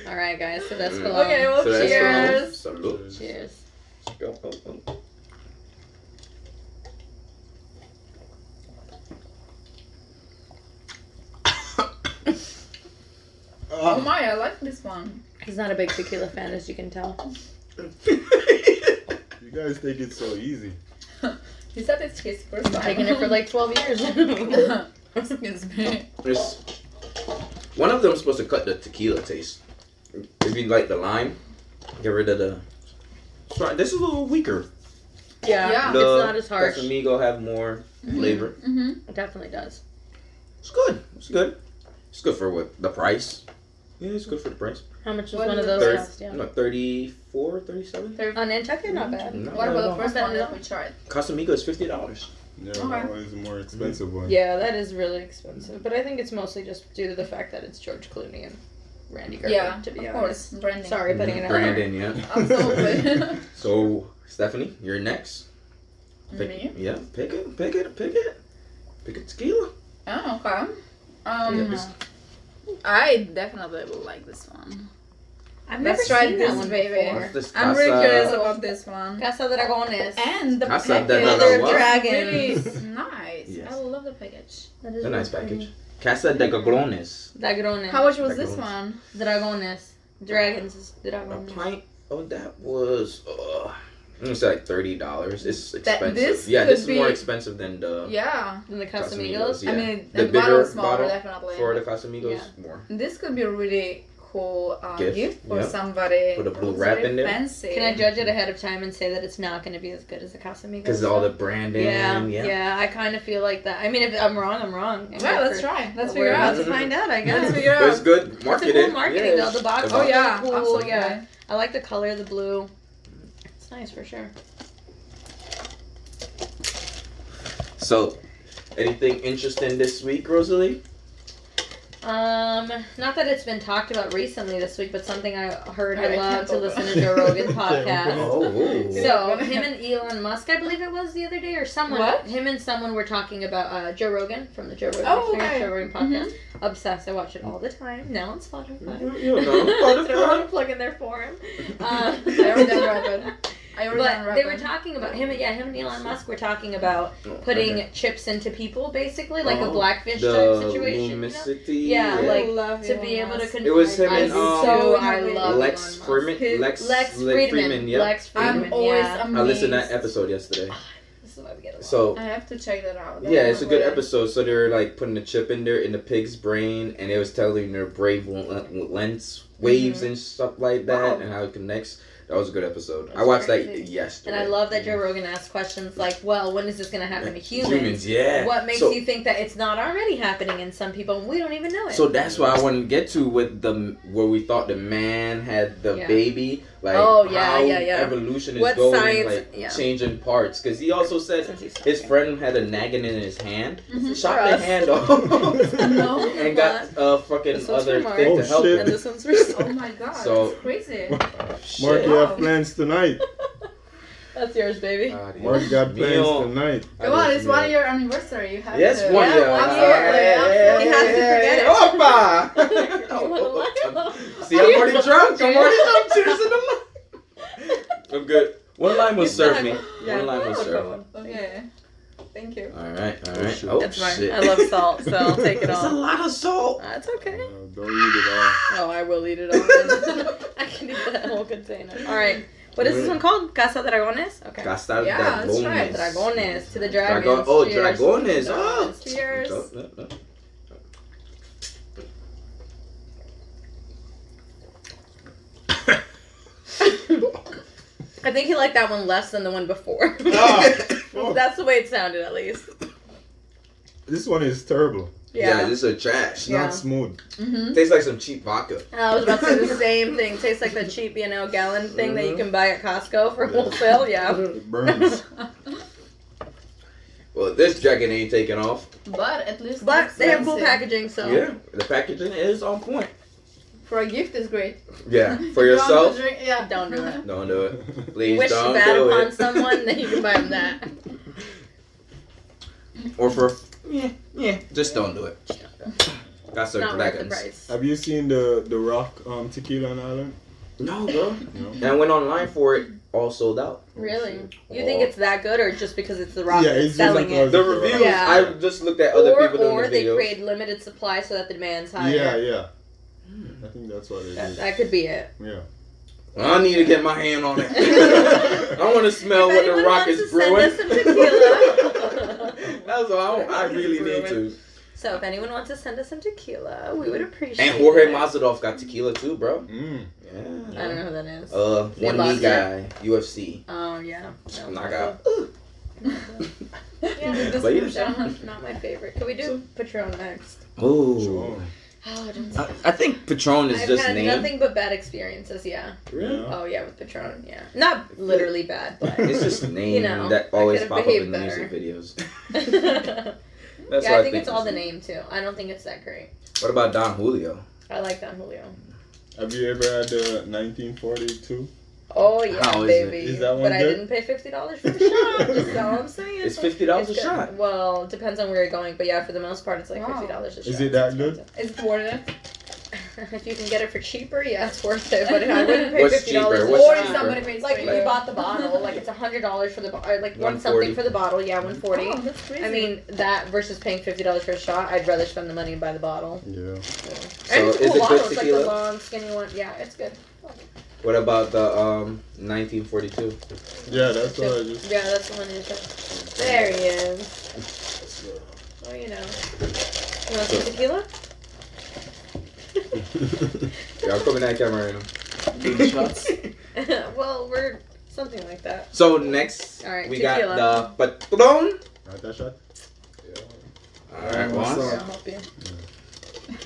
[SPEAKER 3] all right, guys. So that's
[SPEAKER 2] Mm.
[SPEAKER 3] the
[SPEAKER 5] Okay, well,
[SPEAKER 2] So that's
[SPEAKER 5] cheers.
[SPEAKER 2] the one. Salute.
[SPEAKER 3] cheers.
[SPEAKER 2] Go, go, go.
[SPEAKER 5] Oh
[SPEAKER 4] Ah.
[SPEAKER 5] my, I like this one.
[SPEAKER 3] He's not a big tequila fan, as you can tell.
[SPEAKER 4] You guys take it so easy.
[SPEAKER 5] He said it's his first time.
[SPEAKER 3] Taking it for like 12 years.
[SPEAKER 5] Excuse me.
[SPEAKER 2] It's one of them's supposed to cut the tequila taste. If you like the lime, get rid of the. Sorry, this is a little weaker.
[SPEAKER 3] yeah.
[SPEAKER 5] Yeah.
[SPEAKER 2] The
[SPEAKER 3] It's not as harsh.
[SPEAKER 2] Casamigo have more flavor.
[SPEAKER 5] Mm-hmm.
[SPEAKER 3] It definitely does.
[SPEAKER 2] It's good. It's good. It's good for what the price. Yeah, it's good for the price.
[SPEAKER 3] How much is
[SPEAKER 5] What
[SPEAKER 3] one of
[SPEAKER 5] is it?
[SPEAKER 3] those
[SPEAKER 2] Third.
[SPEAKER 3] cost? Yeah.
[SPEAKER 2] No, 34 37
[SPEAKER 3] On Nantucket, not
[SPEAKER 4] Mm,
[SPEAKER 3] bad.
[SPEAKER 2] No,
[SPEAKER 5] What
[SPEAKER 2] not
[SPEAKER 5] about
[SPEAKER 2] at
[SPEAKER 5] the
[SPEAKER 2] all.
[SPEAKER 5] first one that we tried?
[SPEAKER 2] Casamigo is fifty dollars.
[SPEAKER 4] Yeah,
[SPEAKER 5] Okay.
[SPEAKER 4] that one is more expensive one.
[SPEAKER 3] Yeah, that is really expensive. But I think it's mostly just due to the fact that it's George Clooney and Randy Garber,
[SPEAKER 5] Yeah,
[SPEAKER 3] to be
[SPEAKER 5] Of
[SPEAKER 3] honest.
[SPEAKER 5] course, branding.
[SPEAKER 3] Sorry, putting it out there.
[SPEAKER 2] Brandon, yeah.
[SPEAKER 5] Absolutely.
[SPEAKER 2] So Stephanie, you're next. Pick,
[SPEAKER 5] Me?
[SPEAKER 2] Yeah, pick it, pick it, pick it, pick a tequila.
[SPEAKER 5] Oh, okay. Um,
[SPEAKER 2] Yeah, this-
[SPEAKER 5] I definitely will like this one.
[SPEAKER 3] I've
[SPEAKER 5] Let's try this, baby.
[SPEAKER 2] What's this
[SPEAKER 5] I'm really
[SPEAKER 2] Casa-
[SPEAKER 5] curious about this one.
[SPEAKER 3] Casa Dragones.
[SPEAKER 5] And the
[SPEAKER 2] That's
[SPEAKER 5] package
[SPEAKER 2] not that Another
[SPEAKER 3] Mother of
[SPEAKER 2] what?
[SPEAKER 5] really
[SPEAKER 3] Dragons.
[SPEAKER 5] is nice.
[SPEAKER 2] Yes.
[SPEAKER 5] I love the package.
[SPEAKER 3] That is
[SPEAKER 2] A nice
[SPEAKER 3] really
[SPEAKER 2] package. Casa de Gagrones.
[SPEAKER 3] Dragones.
[SPEAKER 5] How much was this
[SPEAKER 2] Package.
[SPEAKER 5] one?
[SPEAKER 3] Dragones. Dragons is
[SPEAKER 2] A
[SPEAKER 3] Dragones.
[SPEAKER 2] pint. Oh, that was. Uh, it's like thirty dollars. It's
[SPEAKER 5] That-
[SPEAKER 2] expensive.
[SPEAKER 5] this
[SPEAKER 2] yeah,
[SPEAKER 5] could
[SPEAKER 2] this is more
[SPEAKER 5] be-
[SPEAKER 2] expensive than the
[SPEAKER 5] Yeah.
[SPEAKER 3] And the
[SPEAKER 2] Casamigos.
[SPEAKER 3] Casamigos.
[SPEAKER 2] Yeah.
[SPEAKER 5] I mean,
[SPEAKER 2] The
[SPEAKER 5] the, bottle
[SPEAKER 2] bigger
[SPEAKER 5] is smaller,
[SPEAKER 2] bottle
[SPEAKER 5] definitely.
[SPEAKER 2] for the Casamigos more.
[SPEAKER 5] This could be a really cool uh,
[SPEAKER 2] Gift,
[SPEAKER 5] gift, for
[SPEAKER 2] yeah.
[SPEAKER 5] somebody.
[SPEAKER 2] Put a blue
[SPEAKER 5] who's
[SPEAKER 2] wrap
[SPEAKER 5] very
[SPEAKER 2] in there.
[SPEAKER 5] Fancy.
[SPEAKER 3] Can I judge it ahead of time and say that it's not going to be as good as the Casamigos?
[SPEAKER 2] Because all the branding.
[SPEAKER 3] Yeah,
[SPEAKER 2] Yeah.
[SPEAKER 3] yeah, I kind of feel like that. I mean, if I'm wrong, I'm wrong. I'm
[SPEAKER 5] Well,
[SPEAKER 3] here
[SPEAKER 5] let's
[SPEAKER 3] for-
[SPEAKER 5] try.
[SPEAKER 3] Let's
[SPEAKER 5] Let's
[SPEAKER 3] figure
[SPEAKER 5] figure
[SPEAKER 3] out
[SPEAKER 5] out.
[SPEAKER 3] to find out, I guess. It's
[SPEAKER 5] Let's figure
[SPEAKER 2] But it's
[SPEAKER 5] out.
[SPEAKER 2] good
[SPEAKER 3] a
[SPEAKER 2] marketing.
[SPEAKER 3] cool marketing
[SPEAKER 2] yeah.
[SPEAKER 3] though. The box.
[SPEAKER 2] The
[SPEAKER 5] Oh
[SPEAKER 2] box.
[SPEAKER 5] yeah,
[SPEAKER 3] cool.
[SPEAKER 5] absolutely.
[SPEAKER 3] Yeah, I like the color, the blue. It's nice for sure.
[SPEAKER 2] So, anything interesting this week, Rosalie?
[SPEAKER 3] Um, not that it's been talked about recently this week, but something I heard I
[SPEAKER 5] Alright,
[SPEAKER 3] love to
[SPEAKER 5] Campbell.
[SPEAKER 3] listen to Joe Rogan
[SPEAKER 4] Okay,
[SPEAKER 3] podcast.
[SPEAKER 4] okay.
[SPEAKER 2] Oh.
[SPEAKER 5] Yeah.
[SPEAKER 3] So him and Elon Musk, I believe it was the other day, or someone.
[SPEAKER 5] What?
[SPEAKER 3] Him and someone were talking about uh, Joe Rogan from the Joe Rogan
[SPEAKER 5] Oh,
[SPEAKER 3] Experience,
[SPEAKER 5] okay.
[SPEAKER 3] Joe Rogan podcast. Obsessed. I watch it all the time. Now on Spotify.
[SPEAKER 2] You- you know,
[SPEAKER 3] Throw
[SPEAKER 2] Spotify.
[SPEAKER 3] on a plug in there for him. Um,
[SPEAKER 5] I already done rapid. I already done
[SPEAKER 3] But
[SPEAKER 5] rapid.
[SPEAKER 3] they were talking about him. Yeah, him and Elon Musk were talking about putting chips into people, basically like a
[SPEAKER 2] Oh,
[SPEAKER 3] blackfish
[SPEAKER 2] the
[SPEAKER 3] type situation. you know?
[SPEAKER 2] lumicity.
[SPEAKER 3] Yeah,
[SPEAKER 5] I
[SPEAKER 3] like,
[SPEAKER 5] love
[SPEAKER 3] to be able to control.
[SPEAKER 2] It was him
[SPEAKER 3] I
[SPEAKER 2] and, um,
[SPEAKER 3] so
[SPEAKER 5] Oh,
[SPEAKER 3] I love
[SPEAKER 2] Lex
[SPEAKER 3] Elon Musk.
[SPEAKER 2] Freeman. Lex,
[SPEAKER 3] Lex Friedman.
[SPEAKER 2] yeah.
[SPEAKER 3] Lex Friedman.
[SPEAKER 5] I'm always
[SPEAKER 3] yeah.
[SPEAKER 5] amazed.
[SPEAKER 2] I listened to that episode yesterday.
[SPEAKER 3] This is why we get along.
[SPEAKER 2] So
[SPEAKER 5] I have to check that out. That
[SPEAKER 2] yeah, it's a
[SPEAKER 5] one
[SPEAKER 2] good
[SPEAKER 5] where-
[SPEAKER 2] episode. So they were like putting a chip in there in the pig's brain, and it was telling their brain l- lengths, waves,
[SPEAKER 3] Mm-hmm.
[SPEAKER 2] and stuff like that,
[SPEAKER 5] Wow.
[SPEAKER 2] and how it connects. That was a good episode. I
[SPEAKER 3] That's
[SPEAKER 2] watched
[SPEAKER 3] crazy.
[SPEAKER 2] that yesterday.
[SPEAKER 3] and I love that Joe Rogan asked questions like, "Well, when is this going to happen to humans?
[SPEAKER 2] yeah.
[SPEAKER 3] What makes
[SPEAKER 2] so,
[SPEAKER 3] you think that it's not already happening in some people? and We don't even know it."
[SPEAKER 2] So that's why I wanted to get to with the where we thought the man had the
[SPEAKER 3] Yeah.
[SPEAKER 2] baby, like
[SPEAKER 3] Oh, yeah,
[SPEAKER 2] how
[SPEAKER 3] yeah, yeah.
[SPEAKER 2] evolution is
[SPEAKER 3] What
[SPEAKER 2] going,
[SPEAKER 3] science-
[SPEAKER 2] like
[SPEAKER 3] yeah.
[SPEAKER 2] changing parts. Because he also said
[SPEAKER 3] Since he's
[SPEAKER 2] his friend had a nagging in his hand,
[SPEAKER 5] Mhm.
[SPEAKER 2] shot
[SPEAKER 3] Mm-hmm. for
[SPEAKER 2] the
[SPEAKER 3] us.
[SPEAKER 2] hand off,
[SPEAKER 5] No.
[SPEAKER 2] and got a fucking
[SPEAKER 3] This one's
[SPEAKER 2] other
[SPEAKER 3] for
[SPEAKER 2] thing to
[SPEAKER 4] Mark. Oh,
[SPEAKER 2] help
[SPEAKER 4] shit.
[SPEAKER 2] him.
[SPEAKER 3] and this one's
[SPEAKER 5] Oh
[SPEAKER 3] recent.
[SPEAKER 5] my god,
[SPEAKER 2] So-
[SPEAKER 5] that's crazy.
[SPEAKER 4] Mark, you
[SPEAKER 2] Shit.
[SPEAKER 5] Wow.
[SPEAKER 4] have plans tonight.
[SPEAKER 3] That's yours, baby.
[SPEAKER 2] God, yeah.
[SPEAKER 4] Mark got
[SPEAKER 2] Meal.
[SPEAKER 4] plans tonight.
[SPEAKER 5] Come on, it's one
[SPEAKER 2] meal.
[SPEAKER 5] year anniversary. You have
[SPEAKER 2] Yes,
[SPEAKER 5] to.
[SPEAKER 2] one
[SPEAKER 3] Yeah,
[SPEAKER 2] year.
[SPEAKER 3] one
[SPEAKER 2] Alright.
[SPEAKER 3] year. Yeah,
[SPEAKER 5] He has to
[SPEAKER 3] forget it.
[SPEAKER 2] Opa! Oh, See, I'm already drunk. I'm already drunk. Cheers in the I'm good. Oh, One line will serve me. One line will serve me.
[SPEAKER 5] Okay. Thank you.
[SPEAKER 2] All right, all
[SPEAKER 4] Oh,
[SPEAKER 2] right.
[SPEAKER 4] shit.
[SPEAKER 2] Oh,
[SPEAKER 3] That's fine.
[SPEAKER 2] shit.
[SPEAKER 3] I love salt, so I'll take it
[SPEAKER 2] That's a
[SPEAKER 3] all.
[SPEAKER 2] lot of salt.
[SPEAKER 3] That's
[SPEAKER 4] Uh,
[SPEAKER 3] okay.
[SPEAKER 4] don't eat it all.
[SPEAKER 3] Oh, I will eat it all. I can eat that whole container. All right. What is this one called? Casa Dragones? Okay.
[SPEAKER 2] Gastar
[SPEAKER 5] Yeah, that's right.
[SPEAKER 3] Dragones to the dragons.
[SPEAKER 2] Dragon. Oh,
[SPEAKER 3] Cheers.
[SPEAKER 2] dragones. Oh.
[SPEAKER 3] Dragones.
[SPEAKER 5] Cheers.
[SPEAKER 3] I think he liked that one less than the one before.
[SPEAKER 4] Ah, fuck.
[SPEAKER 3] That's the way it sounded, at least.
[SPEAKER 4] This one is terrible.
[SPEAKER 2] Yeah,
[SPEAKER 3] Yeah.
[SPEAKER 2] this is trash.
[SPEAKER 4] It's
[SPEAKER 3] Yeah.
[SPEAKER 4] not smooth.
[SPEAKER 5] Mm-hmm.
[SPEAKER 2] Tastes like some cheap vodka.
[SPEAKER 3] Uh, I was about to say the same thing. Tastes like the cheap, you know, gallon thing that you
[SPEAKER 2] Mm-hmm.
[SPEAKER 3] can buy at Costco for
[SPEAKER 4] Yeah.
[SPEAKER 3] wholesale. Yeah.
[SPEAKER 4] It burns.
[SPEAKER 2] Well, this dragon ain't taking off.
[SPEAKER 5] But at least.
[SPEAKER 3] But
[SPEAKER 5] it's
[SPEAKER 3] they have cool
[SPEAKER 5] expensive.
[SPEAKER 3] packaging, so.
[SPEAKER 2] Yeah, the packaging is on point.
[SPEAKER 5] For a gift is great.
[SPEAKER 2] Yeah, for
[SPEAKER 5] You want to
[SPEAKER 2] yourself,
[SPEAKER 5] drink- Yeah.
[SPEAKER 3] Don't do that.
[SPEAKER 2] don't do it. Please
[SPEAKER 3] Wish
[SPEAKER 2] don't
[SPEAKER 3] that
[SPEAKER 2] do
[SPEAKER 3] upon
[SPEAKER 2] it.
[SPEAKER 3] someone, then you can buy them that.
[SPEAKER 2] Or for yeah, yeah, just don't do it. That's a
[SPEAKER 3] Not worth the
[SPEAKER 2] dragons.
[SPEAKER 3] price.
[SPEAKER 4] Have you seen the the Rock um tequila on Island?
[SPEAKER 2] No, bro.
[SPEAKER 4] No.
[SPEAKER 2] And I went online for it, all sold out.
[SPEAKER 3] Really? You
[SPEAKER 2] Oh.
[SPEAKER 3] think it's that good, or just because it's the rock
[SPEAKER 4] Yeah,
[SPEAKER 3] that's
[SPEAKER 4] it's just
[SPEAKER 3] selling
[SPEAKER 4] like
[SPEAKER 3] it?
[SPEAKER 2] The reviews,
[SPEAKER 3] Yeah.
[SPEAKER 2] I just looked at other
[SPEAKER 3] or
[SPEAKER 2] people doing
[SPEAKER 3] or
[SPEAKER 2] the
[SPEAKER 3] they
[SPEAKER 2] videos.
[SPEAKER 3] create limited supply so that the demand's higher.
[SPEAKER 4] Yeah, yeah. I think that's what it
[SPEAKER 3] That,
[SPEAKER 4] is.
[SPEAKER 3] that could be it.
[SPEAKER 4] Yeah.
[SPEAKER 2] I need to get my hand on it. I want to smell
[SPEAKER 3] If
[SPEAKER 2] what the
[SPEAKER 3] anyone
[SPEAKER 2] rock
[SPEAKER 3] wants
[SPEAKER 2] is
[SPEAKER 3] to send
[SPEAKER 2] brewing.
[SPEAKER 3] us some tequila.
[SPEAKER 2] That's all I, want- I really need to.
[SPEAKER 3] So if anyone wants to send us some tequila, we would appreciate
[SPEAKER 2] And Jorge
[SPEAKER 3] it.
[SPEAKER 2] Mazadoff got tequila too, bro.
[SPEAKER 4] Mm.
[SPEAKER 3] I don't know who that is.
[SPEAKER 2] Uh,
[SPEAKER 3] They
[SPEAKER 2] one knee
[SPEAKER 3] lost
[SPEAKER 2] guy, UFC
[SPEAKER 3] oh yeah. No.
[SPEAKER 2] knockout.
[SPEAKER 5] Yeah, this
[SPEAKER 2] But yeah.
[SPEAKER 5] is John.
[SPEAKER 3] Not, not my favorite. Can we do Patron next?
[SPEAKER 2] Ooh,
[SPEAKER 4] Sure.
[SPEAKER 3] Oh, don't
[SPEAKER 2] I, I think Patron is
[SPEAKER 3] I've
[SPEAKER 2] Uh, just
[SPEAKER 3] had
[SPEAKER 2] name.
[SPEAKER 3] nothing but bad experiences. Yeah.
[SPEAKER 4] Yeah.
[SPEAKER 3] Oh yeah, with Patron. Yeah. Not literally bad, but.
[SPEAKER 2] It's just name
[SPEAKER 3] know,
[SPEAKER 2] that
[SPEAKER 3] I
[SPEAKER 2] always
[SPEAKER 3] could've
[SPEAKER 2] pop up in music
[SPEAKER 3] behaved
[SPEAKER 2] videos.
[SPEAKER 3] yeah,
[SPEAKER 2] That's
[SPEAKER 3] I
[SPEAKER 2] what
[SPEAKER 3] think it's all the
[SPEAKER 2] is-
[SPEAKER 3] name too. I don't think it's that great.
[SPEAKER 2] What about Don Julio?
[SPEAKER 3] I like Don Julio.
[SPEAKER 4] Have you ever had the 1942?
[SPEAKER 3] Oh yeah,
[SPEAKER 2] How is it?
[SPEAKER 3] baby.
[SPEAKER 4] Is that one
[SPEAKER 3] but I
[SPEAKER 4] good?
[SPEAKER 3] didn't pay fifty dollars for the shot. That's all I'm saying.
[SPEAKER 2] It's fifty dollars a
[SPEAKER 3] It's good.
[SPEAKER 2] shot.
[SPEAKER 3] Well, it depends on where you're going, but yeah, for the most part, it's like
[SPEAKER 5] Wow.
[SPEAKER 3] fifty dollars a shot.
[SPEAKER 4] Is it that good?
[SPEAKER 5] It's Jordan.
[SPEAKER 3] if you can get it for cheaper, yeah, it's worth it. But I wouldn't pay
[SPEAKER 2] What's
[SPEAKER 3] fifty dollars.
[SPEAKER 2] cheaper?
[SPEAKER 3] a
[SPEAKER 2] What's
[SPEAKER 5] Or
[SPEAKER 3] shot.
[SPEAKER 2] cheaper?
[SPEAKER 5] somebody pays
[SPEAKER 3] Like
[SPEAKER 5] for
[SPEAKER 3] we
[SPEAKER 5] you.
[SPEAKER 3] bought the bottle, like it's hundred dollars for the bo- or like one something
[SPEAKER 2] 140.
[SPEAKER 3] for the bottle. Yeah, one forty.
[SPEAKER 5] Oh, that's crazy.
[SPEAKER 3] I mean that versus paying fifty dollars for a shot. I'd rather spend the money and buy the bottle.
[SPEAKER 4] Yeah.
[SPEAKER 2] So
[SPEAKER 3] and it's a
[SPEAKER 2] is
[SPEAKER 3] cool
[SPEAKER 2] it
[SPEAKER 3] bottle.
[SPEAKER 2] good
[SPEAKER 3] It's like the
[SPEAKER 2] tequila?
[SPEAKER 3] long, skinny one. Yeah, it's good.
[SPEAKER 2] What about the um 1942?
[SPEAKER 4] Yeah, that's what I just.
[SPEAKER 3] Yeah, that's the one. you said. There he is. Oh, you know. You want some
[SPEAKER 2] So-
[SPEAKER 3] tequila?
[SPEAKER 2] Y'all coming at camera right now.
[SPEAKER 1] Big shots.
[SPEAKER 3] well, we're something like that.
[SPEAKER 2] So next
[SPEAKER 3] All right,
[SPEAKER 2] we
[SPEAKER 3] tequila.
[SPEAKER 2] got the Patron.
[SPEAKER 4] Not that shot?
[SPEAKER 2] All right,
[SPEAKER 4] What's
[SPEAKER 2] Juan.
[SPEAKER 4] up?
[SPEAKER 3] Here,
[SPEAKER 4] Sorry.
[SPEAKER 3] I'll help you.